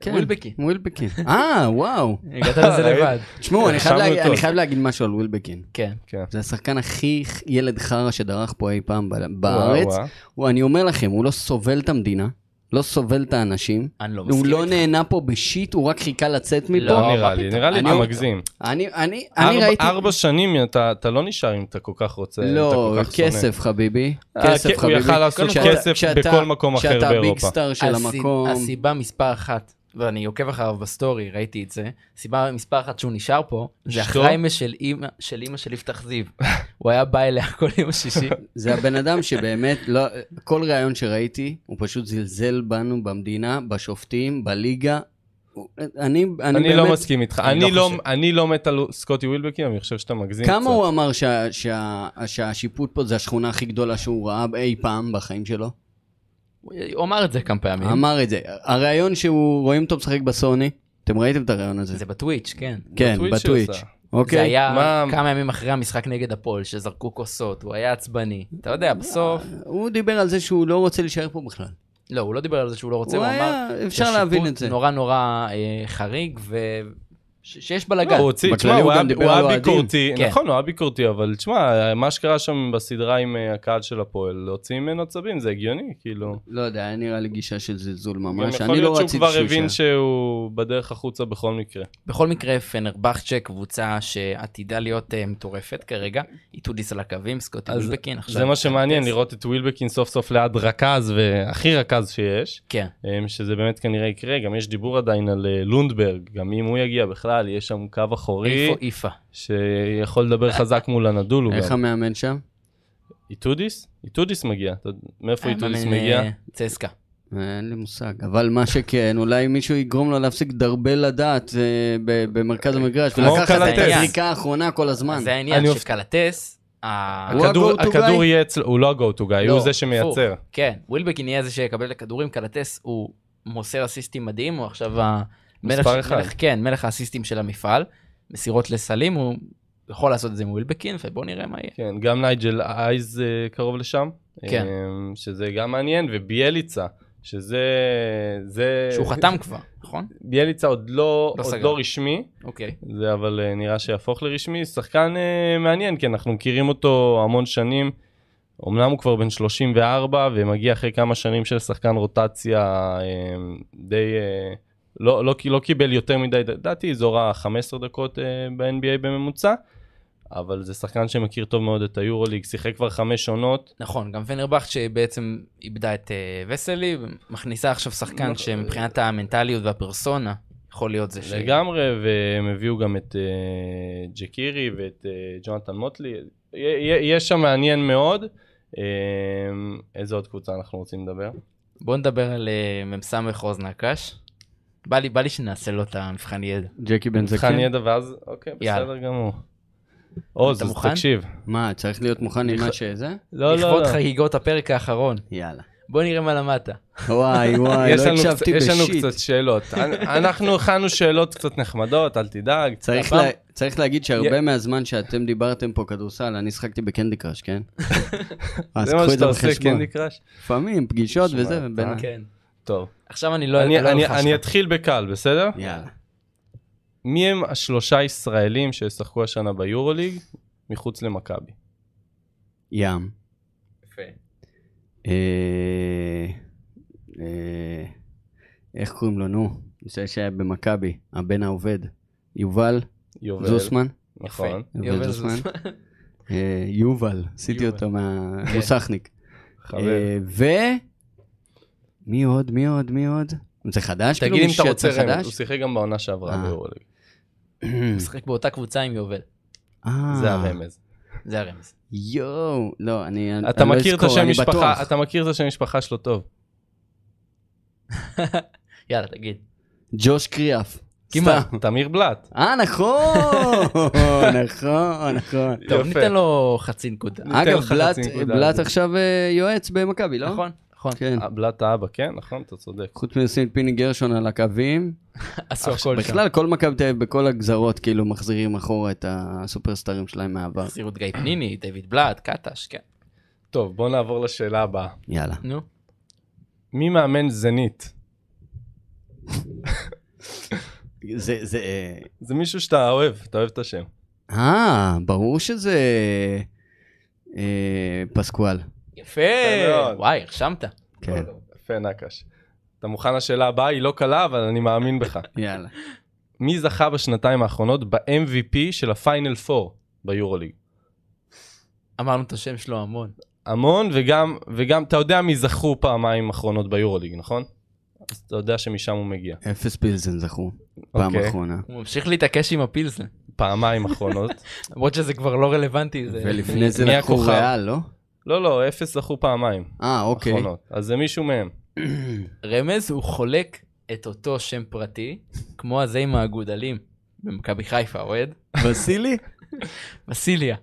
[SPEAKER 3] כן. (laughs)
[SPEAKER 1] ווילבקין.
[SPEAKER 3] ווילבקין. אה, וואו.
[SPEAKER 1] הגעת לזה
[SPEAKER 3] (laughs)
[SPEAKER 2] ראית?
[SPEAKER 1] לבד.
[SPEAKER 3] תשמעו, אני חייב
[SPEAKER 2] רשמנו
[SPEAKER 3] להגיד-
[SPEAKER 2] אותו.
[SPEAKER 3] אני חייב להגיד משהו על ווילבקין.
[SPEAKER 1] כן.
[SPEAKER 3] זה השחקן הכי ח- ילד חרא שדרך פה אי פעם ב- בארץ. הוא- אני אומר לכם, הוא לא סובל את המדינה, לא סובל את האנשים.
[SPEAKER 1] אני לא מסכים.
[SPEAKER 3] הוא לא
[SPEAKER 1] איתך.
[SPEAKER 3] נהנה פה בשיט, הוא רק חיכה לצאת מפה.
[SPEAKER 2] לא
[SPEAKER 1] מה
[SPEAKER 2] נראה לי,
[SPEAKER 1] פתאום?
[SPEAKER 2] נראה לי
[SPEAKER 3] אני-
[SPEAKER 2] אתה מגזים.
[SPEAKER 3] אני אני- אני
[SPEAKER 2] ארבע-
[SPEAKER 3] ראיתי...
[SPEAKER 2] ארבע שנים אתה אתה לא נשאר אם אתה כל כך רוצה, אם אתה
[SPEAKER 3] לא,
[SPEAKER 2] כל כך שונא.
[SPEAKER 3] כסף חביבי.
[SPEAKER 2] אה,
[SPEAKER 3] כסף
[SPEAKER 2] כן, הוא
[SPEAKER 3] חביבי.
[SPEAKER 2] יכל לעשות
[SPEAKER 3] כשאתה-
[SPEAKER 2] כסף
[SPEAKER 3] כשאתה-
[SPEAKER 2] בכל מקום אחר
[SPEAKER 3] כשאתה הביג
[SPEAKER 2] באירופה.
[SPEAKER 3] סטאר של
[SPEAKER 1] הסי-
[SPEAKER 3] המקום.
[SPEAKER 1] הסיבה מספר אחת, ואני עוקב אחריו בסטורי, ראיתי את זה, סיבה מספר אחת שהוא נשאר פה, זה
[SPEAKER 2] אשתו?
[SPEAKER 1] החריימה של אימא של אימא של יפתח
[SPEAKER 3] (laughs)
[SPEAKER 1] זיו. הוא היה בא אליה כל יום שישי.
[SPEAKER 3] זה הבן אדם שבאמת, לא, כל ראיון שראיתי, הוא פשוט זלזל בנו, במדינה, בשופטים, בליגה. הוא- אני, אני,
[SPEAKER 2] אני
[SPEAKER 3] באמת,
[SPEAKER 2] לא מסכים איתך,
[SPEAKER 3] אני
[SPEAKER 2] אני
[SPEAKER 3] לא
[SPEAKER 2] לא-
[SPEAKER 3] חושב.
[SPEAKER 2] אני לא מת על סקוטי ווילבקין, אבל אני חושב שאתה מגזים
[SPEAKER 3] כמה
[SPEAKER 2] קצת.
[SPEAKER 3] הוא אמר שה, שה, שהשיפוט פה זה השכונה הכי גדולה שהוא ראה אי פעם בחיים שלו?
[SPEAKER 1] הוא אמר את זה כמה פעמים.
[SPEAKER 3] אמר את זה. הראיון שהוא, רואים אותו משחק בסוני, אתם ראיתם את הראיון הזה.
[SPEAKER 1] זה בטוויץ', כן.
[SPEAKER 3] כן,
[SPEAKER 2] בטוויץ' שהוא
[SPEAKER 3] בטוויץ'.
[SPEAKER 2] עשה.
[SPEAKER 1] זה
[SPEAKER 3] אוקיי.
[SPEAKER 1] היה
[SPEAKER 2] מה-
[SPEAKER 1] כמה ימים אחרי המשחק נגד הפועל, שזרקו כוסות, הוא היה עצבני. אתה
[SPEAKER 3] אה.
[SPEAKER 1] יודע, בסוף...
[SPEAKER 3] הוא דיבר על זה שהוא לא רוצה להישאר פה בכלל.
[SPEAKER 1] לא, הוא לא דיבר על זה שהוא לא רוצה,
[SPEAKER 3] הוא
[SPEAKER 1] הוא אמר...
[SPEAKER 3] היה, אפשר
[SPEAKER 1] שהשיפוט
[SPEAKER 3] להבין את זה.
[SPEAKER 1] נורא נורא אה, חריג, ושיש
[SPEAKER 2] לא,
[SPEAKER 1] בלאגן.
[SPEAKER 2] הוא הוציא,
[SPEAKER 3] בכללי
[SPEAKER 2] תשמע,
[SPEAKER 3] הוא
[SPEAKER 2] הוא
[SPEAKER 3] גם
[SPEAKER 2] היה-
[SPEAKER 3] דיבר
[SPEAKER 2] הוא
[SPEAKER 3] על
[SPEAKER 2] היה
[SPEAKER 3] אוהדים.
[SPEAKER 2] ביקורתי,
[SPEAKER 1] כן.
[SPEAKER 2] נכון, הוא היה ביקורתי, אבל תשמע, מה שקרה שם בסדרה עם אה, הקהל של הפועל, להוציא ממנו עצבים, זה הגיוני, כאילו.
[SPEAKER 3] לא יודע, היה נראה לי גישה של זלזול
[SPEAKER 2] גם
[SPEAKER 3] ממש.
[SPEAKER 2] יכול
[SPEAKER 3] אני לא
[SPEAKER 2] להיות
[SPEAKER 3] רציתי
[SPEAKER 2] שהוא כבר
[SPEAKER 3] שהוא
[SPEAKER 2] הבין
[SPEAKER 3] יישאר.
[SPEAKER 2] שהוא בדרך החוצה בכל מקרה.
[SPEAKER 1] בכל מקרה, פנרבכצ'ה קבוצה שעתידה להיות אה, מטורפת כרגע, איטודיס על הקווים, סקוטי
[SPEAKER 2] אז
[SPEAKER 1] וילבקין עכשיו.
[SPEAKER 2] זה מה שמעניין,
[SPEAKER 1] טס.
[SPEAKER 2] לראות את ווילבקין סוף סוף ליד רכז, והכי רכז שיש.
[SPEAKER 1] כן,
[SPEAKER 2] אמ, שזה באמת כנראה יקרה, גם יש דיבור עדיין על אה, לונדברג, גם אם הוא יגיע בכלל, יש שם קו אחורי
[SPEAKER 1] איפה אה, איפה?
[SPEAKER 2] שיכול לדבר חזק מול הנדולו
[SPEAKER 3] איך
[SPEAKER 2] גם.
[SPEAKER 3] המאמן שם?
[SPEAKER 2] איתודיס? איתודיס מגיע, אתה- מאיפה איתודיס
[SPEAKER 1] מאמן,
[SPEAKER 2] מגיע?
[SPEAKER 1] אמ- אה, צסקה.
[SPEAKER 3] אין לי מושג, אבל מה שכן, אולי מישהו יגרום לו להפסיק דרבל לדעת אה, ב- במרכז המגרש,
[SPEAKER 2] כמו
[SPEAKER 3] ולקחת את
[SPEAKER 1] קלטס.
[SPEAKER 3] הזריקה האחרונה כל הזמן.
[SPEAKER 1] זה העניין,
[SPEAKER 2] אני אופ-
[SPEAKER 1] שקלטס, ה-
[SPEAKER 3] הוא
[SPEAKER 2] הכדור-
[SPEAKER 3] ה-go to guy?
[SPEAKER 2] הכדור יהיה אצלו, הוא לא ה-go to guy,
[SPEAKER 1] לא,
[SPEAKER 2] הוא זה
[SPEAKER 1] הפוך.
[SPEAKER 2] שמייצר.
[SPEAKER 1] כן, ווילבקין יהיה זה שיקבל את הכדורים, קלטס הוא מוסר אסיסטים מדהים, הוא עכשיו המלך,
[SPEAKER 2] מספר אחד.
[SPEAKER 1] מלך, כן, מלך האסיסטים של המפעל, מסירות לסלים, הוא יכול לעשות את זה עם ווילבקין, ובוא נראה מה יהיה.
[SPEAKER 2] כן, גם נייג'ל אייז אה, קרוב לשם,
[SPEAKER 1] כן.
[SPEAKER 2] אמ, שזה גם מעניין, וביאליצה, שזה... זה-
[SPEAKER 1] שהוא חתם כבר, נכון?
[SPEAKER 2] ביאליצה עוד לא
[SPEAKER 1] לא
[SPEAKER 2] עוד
[SPEAKER 1] סגר.
[SPEAKER 2] לא רשמי.
[SPEAKER 1] אוקיי.
[SPEAKER 2] זה אבל אה, נראה שיהפוך לרשמי. שחקן אה, מעניין, כי אנחנו מכירים אותו המון שנים. אמנם הוא כבר בן 34 ומגיע אחרי כמה שנים של שחקן רוטציה אה, די... אה, לא, לא, לא קיבל יותר מדי, לדעתי אזור ה-15 דקות אה, ב-NBA בממוצע, אבל זה שחקן שמכיר טוב מאוד את היורוליג, שיחק כבר חמש עונות.
[SPEAKER 1] נכון, גם פנרבכט שבעצם איבדה את אה, וסלי, מכניסה עכשיו שחקן
[SPEAKER 2] נכון.
[SPEAKER 1] שמבחינת המנטליות והפרסונה, יכול להיות זה ש...
[SPEAKER 2] לגמרי, והם הביאו גם את אה, ג'קירי ואת אה, ג'ונתן מוטלי. יה- יה- יש שם מעניין מאוד. אה, איזה עוד קבוצה אנחנו רוצים לדבר?
[SPEAKER 1] בוא נדבר על אה, מ"ס עוז נקש. בא לי, בא לי שנעשה לו את המבחן ידע.
[SPEAKER 3] ג'קי בן זקן.
[SPEAKER 2] מבחן ידע ואז, אוקיי, בסדר
[SPEAKER 1] יאללה.
[SPEAKER 2] גמור. עוז,
[SPEAKER 1] אתה
[SPEAKER 2] אז
[SPEAKER 1] מוכן?
[SPEAKER 2] תקשיב.
[SPEAKER 3] מה, צריך להיות מוכן עם מה שזה?
[SPEAKER 2] לא, לא, אה.
[SPEAKER 1] לכבוד
[SPEAKER 2] לא.
[SPEAKER 1] חגיגות הפרק האחרון.
[SPEAKER 3] יאללה.
[SPEAKER 1] בוא נראה מה למדת.
[SPEAKER 2] (laughs)
[SPEAKER 3] וואי, וואי,
[SPEAKER 2] יש
[SPEAKER 3] לא
[SPEAKER 2] לנו קצת-
[SPEAKER 3] הקשבתי
[SPEAKER 2] יש לנו
[SPEAKER 3] בשיט.
[SPEAKER 2] קצת שאלות. (laughs) אנ- אנחנו הכנו שאלות קצת נחמדות, אל תדאג.
[SPEAKER 3] צריך
[SPEAKER 2] הפעם-
[SPEAKER 3] לה- צריך להגיד שהרבה מהזמן שאתם דיברתם פה כדורסל, אני שחקתי בקנדי קראש,
[SPEAKER 2] (laughs)
[SPEAKER 3] כן? אז
[SPEAKER 2] זה מה
[SPEAKER 3] קחו את
[SPEAKER 2] שאתה
[SPEAKER 3] זה
[SPEAKER 2] עושה, כן,
[SPEAKER 3] בחשבון.
[SPEAKER 2] קנדי קראש?
[SPEAKER 3] לפעמים, פגישות
[SPEAKER 2] שמע,
[SPEAKER 3] וזה, ובין...
[SPEAKER 2] אה,
[SPEAKER 1] כן.
[SPEAKER 2] טוב.
[SPEAKER 1] עכשיו אני לא...
[SPEAKER 2] אני-
[SPEAKER 1] לא
[SPEAKER 2] אני
[SPEAKER 1] אלחש
[SPEAKER 2] אני
[SPEAKER 1] לך.
[SPEAKER 2] אתחיל בקל, בסדר?
[SPEAKER 3] יאללה.
[SPEAKER 2] מי הם השלושה ישראלים שישחקו השנה ביורוליג מחוץ למכבי?
[SPEAKER 3] ים.
[SPEAKER 1] יפה.
[SPEAKER 3] אה, אה, איך קוראים לו, נו? זה שהיה במכבי, הבן העובד. יובל
[SPEAKER 2] יובל.
[SPEAKER 3] זוסמן?
[SPEAKER 2] נכון.
[SPEAKER 1] יפה. יובל זוסמן.
[SPEAKER 3] אה, יובל, עשיתי
[SPEAKER 1] יובל.
[SPEAKER 3] אותו
[SPEAKER 2] (laughs)
[SPEAKER 3] מהמוסכניק.
[SPEAKER 2] כן. חבר.
[SPEAKER 3] אה, ו... מי עוד? מי עוד? מי עוד? זה חדש?
[SPEAKER 2] תגיד
[SPEAKER 3] כאילו,
[SPEAKER 2] אם אתה
[SPEAKER 3] מישהו
[SPEAKER 2] רוצה,
[SPEAKER 3] שיצא
[SPEAKER 2] ראם, הוא
[SPEAKER 3] חדש?
[SPEAKER 2] שיחק גם בעונה שעברה
[SPEAKER 3] אה.
[SPEAKER 2] ביורוליג.
[SPEAKER 3] (clears throat)
[SPEAKER 1] משחק באותה קבוצה עם יובל.
[SPEAKER 3] אה,
[SPEAKER 2] זה הרמז.
[SPEAKER 1] זה הרמז.
[SPEAKER 3] יואו, לא, אני אני-
[SPEAKER 2] אתה
[SPEAKER 3] אני לא
[SPEAKER 2] מכיר את
[SPEAKER 3] אזכור,
[SPEAKER 2] השם
[SPEAKER 3] אני
[SPEAKER 2] משפחה,
[SPEAKER 3] בטוח.
[SPEAKER 2] אתה מכיר את השם משפחה שלו טוב.
[SPEAKER 1] יאללה, תגיד.
[SPEAKER 3] ג'וש קריאף.
[SPEAKER 1] כמעט.
[SPEAKER 3] סתם.
[SPEAKER 2] תמיר בלאט.
[SPEAKER 3] אה, נכון, (laughs) נכון, נכון.
[SPEAKER 1] טוב,
[SPEAKER 2] יפה.
[SPEAKER 1] ניתן לו חצי נקודה.
[SPEAKER 2] (laughs) ניתן
[SPEAKER 3] אגב,
[SPEAKER 2] לך
[SPEAKER 3] בלאט-
[SPEAKER 2] חצי נקודה.
[SPEAKER 3] בלאט עכשיו אה, יועץ במכבי, לא?
[SPEAKER 1] נכון, נכון.
[SPEAKER 3] כן.
[SPEAKER 2] אה, בלאט האבא, כן, נכון, אתה צודק.
[SPEAKER 3] חוץ מלשים את פיני גרשון על הקווים.
[SPEAKER 1] עשו הכל שם.
[SPEAKER 3] בכלל, כל מכבי תל אביב בכל הגזרות כאילו מחזירים אחורה את הסופרסטרים שלהם מהעבר.
[SPEAKER 1] החזירו את גיא פניני, דיוויד בלאט, קטש, כן.
[SPEAKER 2] טוב, בוא נעבור לשאלה הבאה.
[SPEAKER 3] יאללה.
[SPEAKER 1] נו.
[SPEAKER 2] מי מאמן זנית?
[SPEAKER 3] זה, זה... אה,
[SPEAKER 2] זה מישהו שאתה אוהב, אתה אוהב את השם.
[SPEAKER 3] אה, ברור שזה אה, פסקואל.
[SPEAKER 1] יפה.
[SPEAKER 2] מאוד.
[SPEAKER 1] וואי, הרשמת.
[SPEAKER 3] כן,
[SPEAKER 2] יפה נקש. אתה מוכן לשאלה הבאה? היא לא קלה, אבל אני מאמין בך.
[SPEAKER 3] יאללה.
[SPEAKER 2] מי זכה בשנתיים האחרונות ב-MVP של הפיינל 4 ביורוליג?
[SPEAKER 1] אמרנו את השם שלו המון.
[SPEAKER 2] המון, וגם, וגם, אתה יודע מי זכו פעמיים אחרונות ביורוליג, נכון? אז אתה יודע שמשם הוא מגיע.
[SPEAKER 3] אפס פילזן זכו, פעם
[SPEAKER 2] אוקיי.
[SPEAKER 3] אחרונה.
[SPEAKER 1] הוא ממשיך להתעקש עם הפילסן.
[SPEAKER 2] פעמיים
[SPEAKER 3] (laughs)
[SPEAKER 2] אחרונות.
[SPEAKER 1] למרות שזה כבר לא רלוונטי. זה-
[SPEAKER 3] ולפני זה
[SPEAKER 2] מי
[SPEAKER 3] לקחו
[SPEAKER 2] הכוכב?
[SPEAKER 3] ריאל, לא?
[SPEAKER 2] לא, לא, אפס זכו פעמיים
[SPEAKER 3] אה, אוקיי. (coughs)
[SPEAKER 2] אחרונות. אז זה מישהו מהם.
[SPEAKER 1] רמז, הוא חולק את אותו שם פרטי, כמו הזה עם האגודלים. במכבי חיפה, אוהד.
[SPEAKER 3] וסילי?
[SPEAKER 1] מסיליה.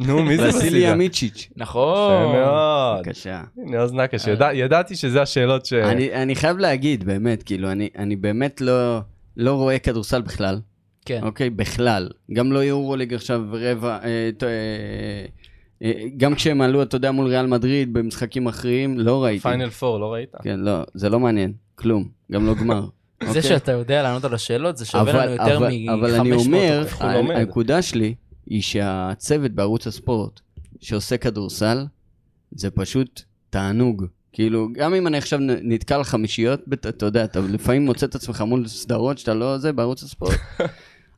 [SPEAKER 2] נו, מי זה
[SPEAKER 3] וסילי
[SPEAKER 2] בסיליה?
[SPEAKER 3] ימיצ'יץ'.
[SPEAKER 1] נכון.
[SPEAKER 2] יפה מאוד.
[SPEAKER 3] בבקשה.
[SPEAKER 2] הנה אוז נקש, ידע- ידעתי שזה השאלות ש...
[SPEAKER 3] אוקיי. אה.
[SPEAKER 1] אה.
[SPEAKER 3] אני- אני חייב להגיד, באמת, כאילו, אני- אני באמת לא- לא רואה כדורסל בכלל,
[SPEAKER 1] כן.
[SPEAKER 3] אוקיי? בכלל. גם לא יורוליג עכשיו רבע... אה, ת- אה, אה, גם כשהם עלו, אתה יודע, מול ריאל מדריד במשחקים אחרים, לא ראיתי.
[SPEAKER 2] פיינל 4, לא ראית?
[SPEAKER 3] כן, לא, זה לא מעניין, כלום. גם לא גמר.
[SPEAKER 1] (laughs) זה
[SPEAKER 3] אוקיי?
[SPEAKER 1] שאתה יודע לענות על השאלות, זה שווה לנו יותר
[SPEAKER 3] אבל,
[SPEAKER 1] מ-500.
[SPEAKER 3] אבל אני אומר,
[SPEAKER 2] איך הוא
[SPEAKER 1] לא
[SPEAKER 2] לומד?
[SPEAKER 3] ה- הנקודה שלי היא שהצוות בערוץ הספורט שעושה כדורסל, זה פשוט תענוג. כאילו, גם אם אני עכשיו נ- נתקע על חמישיות, בת- אתה יודע, אתה לפעמים מוצא את עצמך מול סדרות שאתה לא זה בערוץ
[SPEAKER 2] (laughs)
[SPEAKER 3] הספורט,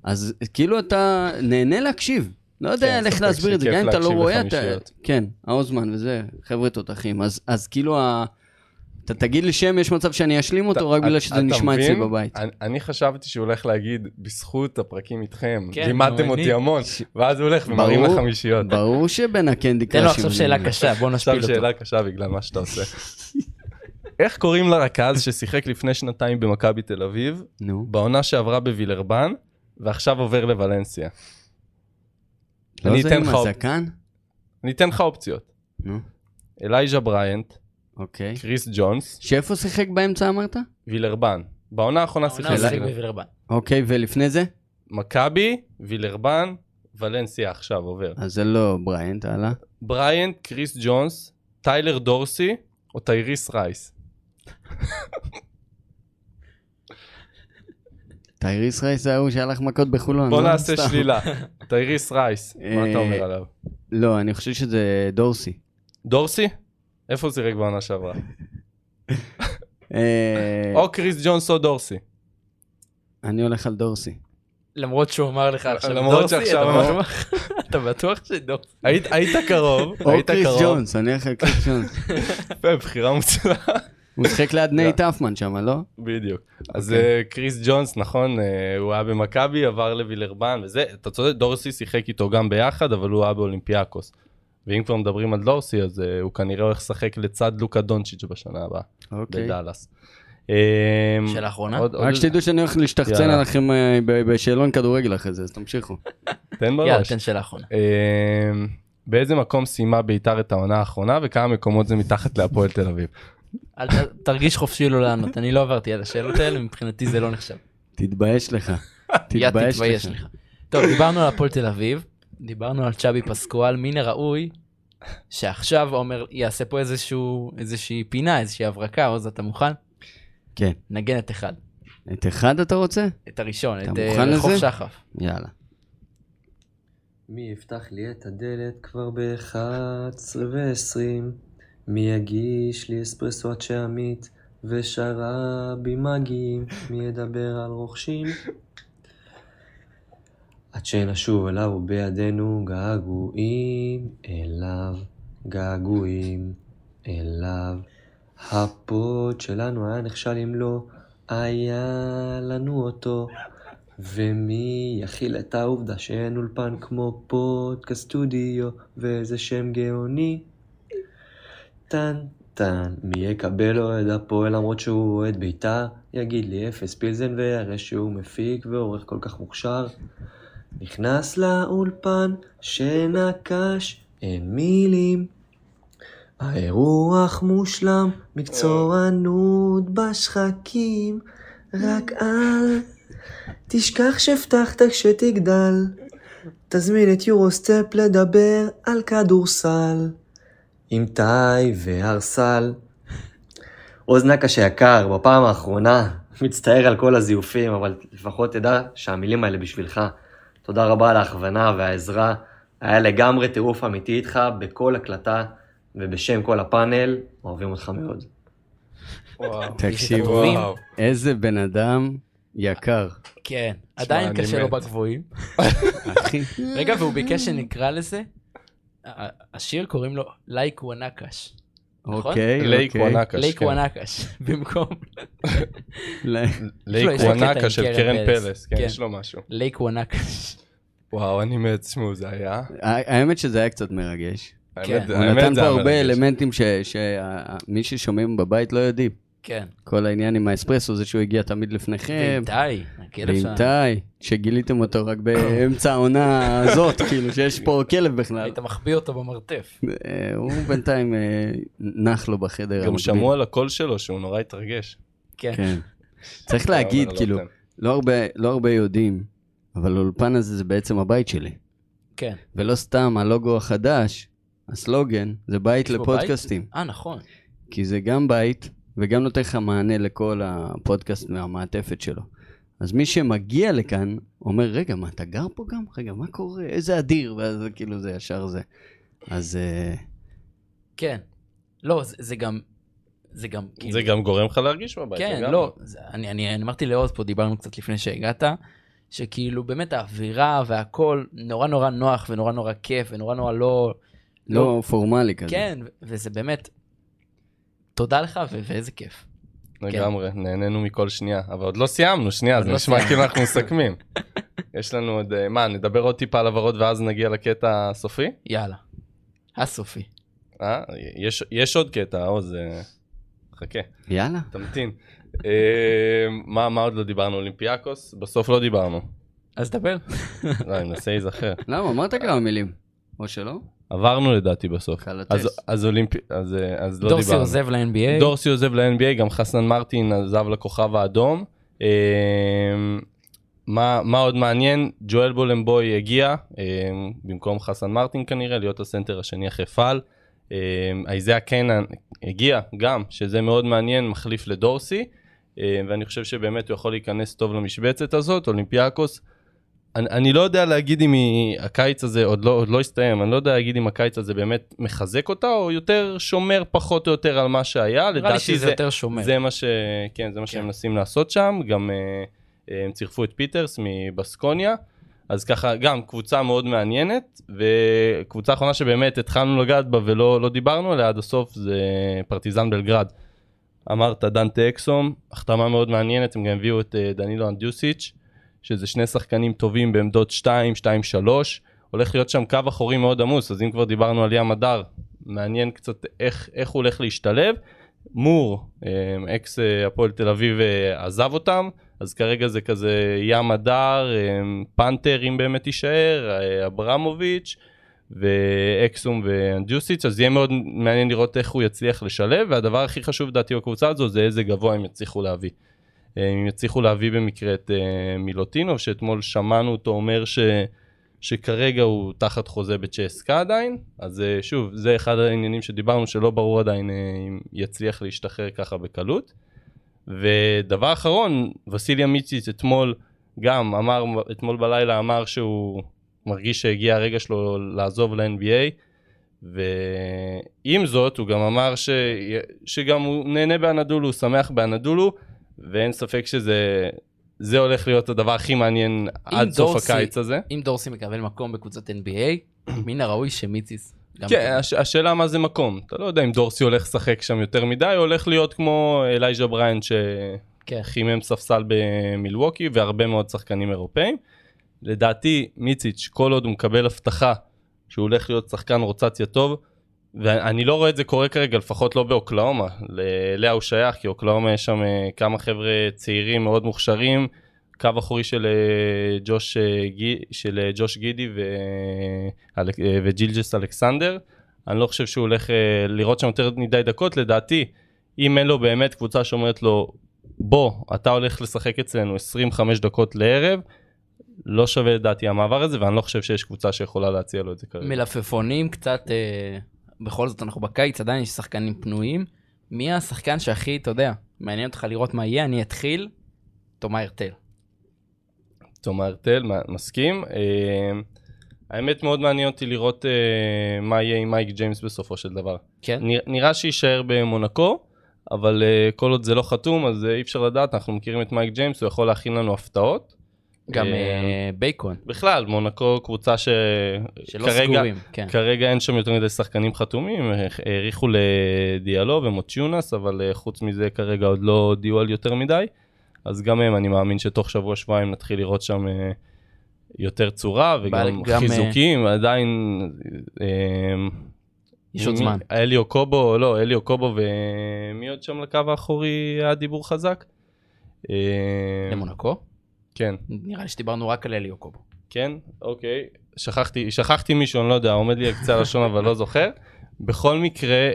[SPEAKER 3] אז כאילו אתה נהנה להקשיב. לא יודע
[SPEAKER 2] כן,
[SPEAKER 3] איך
[SPEAKER 2] ספק
[SPEAKER 3] להסביר את זה,
[SPEAKER 2] שכיף
[SPEAKER 3] גם אם אתה לא
[SPEAKER 2] להקשיב
[SPEAKER 3] רואה, אתה...
[SPEAKER 2] לחמישיות.
[SPEAKER 3] כן, האוזמן וזה, חבר'ה תותחים. אז, אז כאילו, ה... אתה תגיד לי שם, יש מצב שאני אשלים אותו רק
[SPEAKER 2] אתה-
[SPEAKER 3] בגלל שזה
[SPEAKER 2] אתה
[SPEAKER 3] נשמע אצלי
[SPEAKER 2] מבין?
[SPEAKER 3] בבית.
[SPEAKER 2] אני- אני חשבתי שהוא הולך להגיד, בזכות הפרקים איתכם,
[SPEAKER 1] כן,
[SPEAKER 2] לימדתם
[SPEAKER 1] נו,
[SPEAKER 2] אותי
[SPEAKER 1] אני-
[SPEAKER 2] המון, ואז הוא הולך ומרים
[SPEAKER 3] ברור.
[SPEAKER 2] לחמישיות.
[SPEAKER 3] ברור שבין הקנדי
[SPEAKER 1] תן
[SPEAKER 3] קראשים.
[SPEAKER 1] לו עכשיו
[SPEAKER 3] אני
[SPEAKER 1] שאלה
[SPEAKER 3] מבין.
[SPEAKER 1] קשה, בוא
[SPEAKER 2] עכשיו
[SPEAKER 1] נשפיל אותו.
[SPEAKER 2] שאלה קשה בגלל מה שאתה עושה. איך קוראים לרכז ששיחק לפני שנתיים במכבי תל אביב,
[SPEAKER 3] נו,
[SPEAKER 2] בעונה שעברה בווילרבן, ועכשיו עובר לוולנסיה?
[SPEAKER 3] לא
[SPEAKER 2] אני
[SPEAKER 3] זה
[SPEAKER 2] אתן
[SPEAKER 3] עם
[SPEAKER 2] לך אופ-
[SPEAKER 3] הזקן?
[SPEAKER 2] אני אתן לך אופציות.
[SPEAKER 3] נו,
[SPEAKER 2] אלייז'ה בריינט,
[SPEAKER 3] אוקיי.
[SPEAKER 2] קריס ג'ונס,
[SPEAKER 3] שאיפה שיחק באמצע אמרת?
[SPEAKER 2] וילרבן. בעונה האחרונה
[SPEAKER 1] העונה הוא
[SPEAKER 2] שיחק
[SPEAKER 1] שיחק בווילרבן.
[SPEAKER 3] אוקיי, ולפני זה?
[SPEAKER 2] מכבי, וילרבן, ולנסיה עכשיו עובר.
[SPEAKER 3] אז זה לא בריינט, הלאה.
[SPEAKER 2] בריינט, קריס ג'ונס, טיילר דורסי או טייריס רייס.
[SPEAKER 3] טייריס רייס זה ההוא שהלך מכות בחולון.
[SPEAKER 2] בוא
[SPEAKER 3] לא?
[SPEAKER 2] נעשה
[SPEAKER 3] סתם.
[SPEAKER 2] שלילה. טייריס רייס, מה אתה אומר
[SPEAKER 3] אה,
[SPEAKER 2] עליו?
[SPEAKER 3] לא, אני חושב שזה דורסי.
[SPEAKER 2] דורסי? איפה הוא שיחק בעונה שעברה?
[SPEAKER 3] אה,
[SPEAKER 2] או קריס ג'ונס או דורסי.
[SPEAKER 3] אני הולך על דורסי.
[SPEAKER 1] למרות שהוא אמר לך עכשיו
[SPEAKER 2] למרות
[SPEAKER 1] דורסי, אתה לא
[SPEAKER 2] שעכשיו אמר-
[SPEAKER 1] בטוח- אתה בטוח שדורסי.
[SPEAKER 2] היית- היית קרוב,
[SPEAKER 3] או
[SPEAKER 2] היית
[SPEAKER 3] קריס
[SPEAKER 2] קרוב.
[SPEAKER 3] ג'ונס, אני הולך על קריס ג'ונס.
[SPEAKER 2] (laughs) יפה, בחירה מוצלחת.
[SPEAKER 3] הוא שיחק ליד נייט אפמן שם, לא?
[SPEAKER 2] בדיוק. אז
[SPEAKER 3] אוקיי.
[SPEAKER 2] אה, קריס ג'ונס, נכון, אה, הוא היה במכבי, עבר לווילרבן וזה, אתה צודק, דורסי שיחק איתו גם ביחד, אבל הוא היה באולימפיאקוס. ואם כבר מדברים על דורסי, אז אה, הוא כנראה הולך לשחק לצד לוקה דונצ'יץ' בשנה הבאה,
[SPEAKER 3] אוקיי.
[SPEAKER 2] בדאלאס. אה,
[SPEAKER 3] Mm.
[SPEAKER 1] שלאחרונה?
[SPEAKER 2] עוד- עוד-
[SPEAKER 3] רק שתדעו שאני הולך להשתחצן
[SPEAKER 2] יאללה.
[SPEAKER 3] עליכם אה, ב- בשאלון כדורגל אחרי זה,
[SPEAKER 1] (laughs)
[SPEAKER 3] אז תמשיכו.
[SPEAKER 2] תן
[SPEAKER 1] יאללה,
[SPEAKER 2] בראש.
[SPEAKER 1] תן שאלה אחרונה.
[SPEAKER 2] אמ, באיזה מקום סיימה ביתר את העונה האחרונה וכמה מקומות זה מתחת להפועל תל אביב?
[SPEAKER 1] אל ת- תרגיש חופשי לא לענות, אני לא עברתי על השאלות האלה, מבחינתי זה לא נחשב.
[SPEAKER 3] תתבייש לך.
[SPEAKER 1] יא תתבייש לך. טוב, דיברנו על הפועל תל אביב, דיברנו על צ'אבי פסקואל, מן הראוי שעכשיו עומר יעשה פה איזשהו, איזושהי פינה, איזושהי הברקה, עוז, אתה מוכן?
[SPEAKER 3] כן.
[SPEAKER 1] נגן את אחד,
[SPEAKER 3] את אחד אתה רוצה?
[SPEAKER 1] את הראשון,
[SPEAKER 3] אתה
[SPEAKER 1] את אה,
[SPEAKER 3] מוכן
[SPEAKER 1] רחוב
[SPEAKER 3] לזה?
[SPEAKER 1] שחף.
[SPEAKER 3] יאללה.
[SPEAKER 4] מי יפתח לי את הדלת כבר ב-11 ו-20? מי יגיש לי אספרסו עד שעמית ושרבים מגיעים? מי ידבר על רוכשים? עד שנשוב אליו ובידינו געגועים אליו, געגועים אליו. הפוד שלנו היה נכשל אם לא היה לנו אותו. ומי יכיל את העובדה שאין אולפן כמו פודקאסט סטודיו, ואיזה שם גאוני? טן טן, מי יקבל אוהד הפועל למרות שהוא אוהד בית"ר? יגיד לי אפס פילזן ויראה שהוא מפיק ועורך כל כך מוכשר. נכנס לאולפן, שנקש, אין מילים. האירוח מושלם, מקצוענות בשחקים, רק אל תשכח שהבטחת כשתגדל. תזמין את יורוסטפ לדבר על כדורסל. עם טאי והרסל. עוז נקש היקר, בפעם האחרונה, מצטער על כל הזיופים, אבל לפחות תדע שהמילים האלה בשבילך. תודה רבה על ההכוונה והעזרה. היה לגמרי טירוף אמיתי איתך בכל הקלטה ובשם כל הפאנל, אוהבים אותך מאוד.
[SPEAKER 3] תקשיבו,
[SPEAKER 1] טובים.
[SPEAKER 3] איזה בן אדם יקר.
[SPEAKER 1] כן, עדיין
[SPEAKER 2] אני
[SPEAKER 1] קשה לו
[SPEAKER 2] מת.
[SPEAKER 1] בגבוהים.
[SPEAKER 3] אחי,
[SPEAKER 2] נכון.
[SPEAKER 1] רגע, והוא ביקש שנקרא לזה, ה- השיר קוראים לו לייק וואנקש.
[SPEAKER 3] אוקיי,
[SPEAKER 2] לייק
[SPEAKER 3] אוקיי.
[SPEAKER 2] וואנקה.
[SPEAKER 1] לייק וואנקש, (laughs) במקום
[SPEAKER 3] ל-
[SPEAKER 1] יש לו- יש
[SPEAKER 2] לייק
[SPEAKER 1] לו קטע עם
[SPEAKER 2] וואנקה של
[SPEAKER 1] קרן
[SPEAKER 2] קרן
[SPEAKER 1] פלס.
[SPEAKER 2] פלס, כן,
[SPEAKER 1] כן.
[SPEAKER 2] יש לו משהו.
[SPEAKER 1] לייק וואנקש.
[SPEAKER 2] וואו, אני מת, תשמעו, זה היה.
[SPEAKER 3] האמת שזה היה קצת מרגש.
[SPEAKER 1] כן.
[SPEAKER 2] האמת-
[SPEAKER 1] הוא
[SPEAKER 3] הוא
[SPEAKER 2] האמת,
[SPEAKER 3] נתן
[SPEAKER 2] זה
[SPEAKER 3] פה
[SPEAKER 2] היה
[SPEAKER 3] הרבה
[SPEAKER 2] מרגש.
[SPEAKER 3] אלמנטים שמי ששומעים בבית לא יודעים.
[SPEAKER 1] כן.
[SPEAKER 3] כל העניין עם האספרסו זה שהוא הגיע תמיד לפניכם.
[SPEAKER 1] ועם טאי, הכלב
[SPEAKER 3] ועם
[SPEAKER 1] שלנו.
[SPEAKER 3] טאי, שגיליתם אותו רק באמצע העונה
[SPEAKER 2] (coughs)
[SPEAKER 3] הזאת, כאילו שיש פה כלב בכלל.
[SPEAKER 1] היית מחביא אותו במרתף.
[SPEAKER 3] אה, הוא בינתיים אה, נח לו בחדר
[SPEAKER 2] גם שמעו על הקול שלו שהוא נורא התרגש.
[SPEAKER 1] כן.
[SPEAKER 3] כן. צריך להגיד,
[SPEAKER 2] אבל לא
[SPEAKER 3] כאילו,
[SPEAKER 2] נותן.
[SPEAKER 3] לא הרבה, לא הרבה יודעים, אבל האולפן הזה זה בעצם הבית שלי.
[SPEAKER 1] כן.
[SPEAKER 3] ולא סתם הלוגו החדש, הסלוגן, זה בית
[SPEAKER 1] יש בו
[SPEAKER 3] לפודקאסטים.
[SPEAKER 1] אה, נכון.
[SPEAKER 3] כי זה גם בית, וגם נותן לך מענה לכל הפודקאסט והמעטפת שלו. אז מי שמגיע לכאן, אומר, רגע, מה, אתה גר פה גם? רגע, מה קורה? איזה אדיר, ואז זה כאילו זה ישר זה. אז אה,
[SPEAKER 1] כן. לא, זה זה גם... זה גם... כאילו-
[SPEAKER 2] זה גם גורם לך להרגיש בבית.
[SPEAKER 1] כן,
[SPEAKER 2] לגמרי.
[SPEAKER 1] לא. זה- אני- אני אני אמרתי לעוז פה, דיברנו קצת לפני שהגעת, שכאילו באמת האווירה והכל נורא נורא נוח ונורא נורא כיף ונורא נורא לא...
[SPEAKER 3] לא פורמלי כזה.
[SPEAKER 1] כן, ו- וזה באמת... תודה לך ו- ואיזה כיף.
[SPEAKER 2] לגמרי, נהנינו מכל שנייה, אבל עוד לא סיימנו, שנייה,
[SPEAKER 1] כן. עוד
[SPEAKER 2] זה
[SPEAKER 1] לא
[SPEAKER 2] נשמע
[SPEAKER 1] סיימנו.
[SPEAKER 2] כאילו
[SPEAKER 1] (laughs)
[SPEAKER 2] אנחנו מסכמים. יש לנו עוד, אה, מה, נדבר עוד טיפה על הוורוד ואז נגיע לקטע הסופי?
[SPEAKER 1] יאללה. הסופי.
[SPEAKER 2] אה? יש- יש עוד קטע, עוז, אה, חכה,
[SPEAKER 3] יאללה.
[SPEAKER 2] תמתין. אה, מה מה עוד לא דיברנו? אולימפיאקוס? בסוף לא דיברנו.
[SPEAKER 1] אז דבר.
[SPEAKER 2] לא, אני מנסה להיזכר.
[SPEAKER 3] למה? אמרת כמה מילים. או שלא?
[SPEAKER 2] עברנו לדעתי בסוף.
[SPEAKER 3] קלטס.
[SPEAKER 2] אז- אז אולימפי... אז אה, אז לא
[SPEAKER 1] דורסי
[SPEAKER 2] דיברנו.
[SPEAKER 1] עוזב ל-NBA.
[SPEAKER 2] דורסי עוזב ל-NBA, גם חסן מרטין עזב לכוכב האדום. אה, מה, מה עוד מעניין? ג'ואל בולמבוי הגיע, אה, במקום חסן מרטין כנראה, להיות הסנטר השני אחרי פעל. אה, איזאה קיינן הגיע גם, שזה מאוד מעניין, מחליף לדורסי. אה, ואני חושב שבאמת הוא יכול להיכנס טוב למשבצת הזאת, אולימפיאקוס. אני, אני לא יודע להגיד אם היא, הקיץ הזה עוד לא, עוד לא הסתיים, אני לא יודע להגיד אם הקיץ הזה באמת מחזק אותה, או יותר שומר פחות או יותר על מה שהיה,
[SPEAKER 1] נראה לי
[SPEAKER 2] לדעתי
[SPEAKER 1] שזה
[SPEAKER 2] זה,
[SPEAKER 1] יותר שומר.
[SPEAKER 2] זה מה ש... כן, זה מה שהם מנסים לעשות שם, גם אה, אה, הם צירפו את פיטרס מבסקוניה, אז ככה גם קבוצה מאוד מעניינת, וקבוצה אחרונה שבאמת התחלנו לגעת בה ולא לא דיברנו עליה עד הסוף זה פרטיזן בלגרד. אמרת דנטה אקסום, החתמה מאוד מעניינת, הם גם הביאו את אה, דנילו אנדיוסיץ', שזה שני שחקנים טובים בעמדות 2, 2, 3. הולך להיות שם קו אחורי מאוד עמוס, אז אם כבר דיברנו על ים הדר, מעניין קצת איך, איך הוא הולך להשתלב. מור, אה, אקס אה, הפועל תל אביב אה, עזב אותם, אז כרגע זה כזה ים הדר, אה, פנתר אם באמת יישאר, אה, אברמוביץ', ואקסום ואנג'וסיץ', אז יהיה מאוד מעניין לראות איך הוא יצליח לשלב, והדבר הכי חשוב לדעתי בקבוצה הזו זה איזה גבוה הם יצליחו להביא. אה, הם יצליחו להביא במקרה את אה, מילוטינוב, שאתמול שמענו אותו אומר ש... שכרגע הוא תחת חוזה בצ'סקה עדיין, אז אה, שוב, זה אחד העניינים שדיברנו שלא ברור עדיין אה, אם יצליח להשתחרר ככה בקלות. ודבר אחרון, וסיליה מיציץ אתמול גם אמר, אתמול בלילה אמר שהוא מרגיש שהגיע הרגע שלו לעזוב ל-NBA, ועם זאת הוא גם אמר ש... שגם הוא נהנה באנדולו, הוא שמח באנדולו, ואין ספק שזה זה הולך להיות הדבר הכי מעניין עד סוף
[SPEAKER 1] דורסי-
[SPEAKER 2] הקיץ הזה.
[SPEAKER 1] אם דורסי מקבל מקום בקבוצת NBA, מן הראוי שמיציס. גם
[SPEAKER 2] כן, הש, השאלה מה זה מקום. אתה לא יודע אם דורסי הולך לשחק שם יותר מדי, או הולך להיות כמו אלייז'ה בריינד
[SPEAKER 1] כן.
[SPEAKER 2] שחימם ספסל במילווקי, והרבה מאוד שחקנים אירופאים. לדעתי, מיציץ', כל עוד הוא מקבל הבטחה שהוא הולך להיות שחקן רוצציה טוב, ואני לא רואה את זה קורה כרגע, לפחות לא באוקלאומה. אליה הוא שייך, כי אוקלאומה יש שם אה, כמה חבר'ה צעירים מאוד מוכשרים. קו אחורי של אה, ג'וש, אה, גי- של אה, ג'וש גידי ו... אלק- אה, וג'ילג'ס אלכסנדר. אני לא חושב שהוא הולך אה, לראות שם יותר מדי דקות, לדעתי, אם אין לו באמת קבוצה שאומרת לו, בוא, אתה הולך לשחק אצלנו 25 דקות לערב, לא שווה לדעתי המעבר הזה, ואני לא חושב שיש קבוצה שיכולה להציע לו את זה כרגע.
[SPEAKER 1] מלפפונים קצת, אה, בכל זאת אנחנו בקיץ, עדיין יש שחקנים פנויים. מי השחקן שהכי, אתה יודע, מעניין אותך לראות מה יהיה, אני אתחיל, תומא הרטל.
[SPEAKER 2] תום הרטל, מ- מסכים. אה, האמת מאוד מעניין אותי לראות אה, מה יהיה עם מייק ג'יימס בסופו של דבר.
[SPEAKER 1] כן?
[SPEAKER 2] נרא- נראה שיישאר במונקו, אבל אה, כל עוד זה לא חתום, אז אה, אי אפשר לדעת, אנחנו מכירים את מייק ג'יימס, הוא יכול להכין לנו הפתעות.
[SPEAKER 1] גם
[SPEAKER 2] אה,
[SPEAKER 1] אה, בייקון,
[SPEAKER 2] בכלל, מונקו קבוצה ש...
[SPEAKER 1] שלא
[SPEAKER 2] כרגע-
[SPEAKER 1] סגורים. כן.
[SPEAKER 2] כרגע אין שם יותר מדי שחקנים חתומים, אה, האריכו לדיאלו ומוצ'יונס, אבל אה, חוץ מזה כרגע עוד לא הודיעו על יותר מדי. אז גם הם, אני מאמין שתוך שבוע-שבועיים נתחיל לראות שם אה, יותר צורה וגם
[SPEAKER 1] גם, אה,
[SPEAKER 2] חיזוקים, עדיין... אה,
[SPEAKER 1] יש עוד
[SPEAKER 2] מי-
[SPEAKER 1] זמן.
[SPEAKER 2] אליו קובו, לא, אליו קובו ומי עוד שם לקו האחורי היה דיבור חזק? אה,
[SPEAKER 1] למונקו?
[SPEAKER 2] כן,
[SPEAKER 1] נראה לי שדיברנו רק על אליו קובו.
[SPEAKER 2] כן, אוקיי. שכחתי, שכחתי מישהו, אני לא יודע, עומד לי על קצה הלשון אבל לא זוכר. בכל מקרה, אה,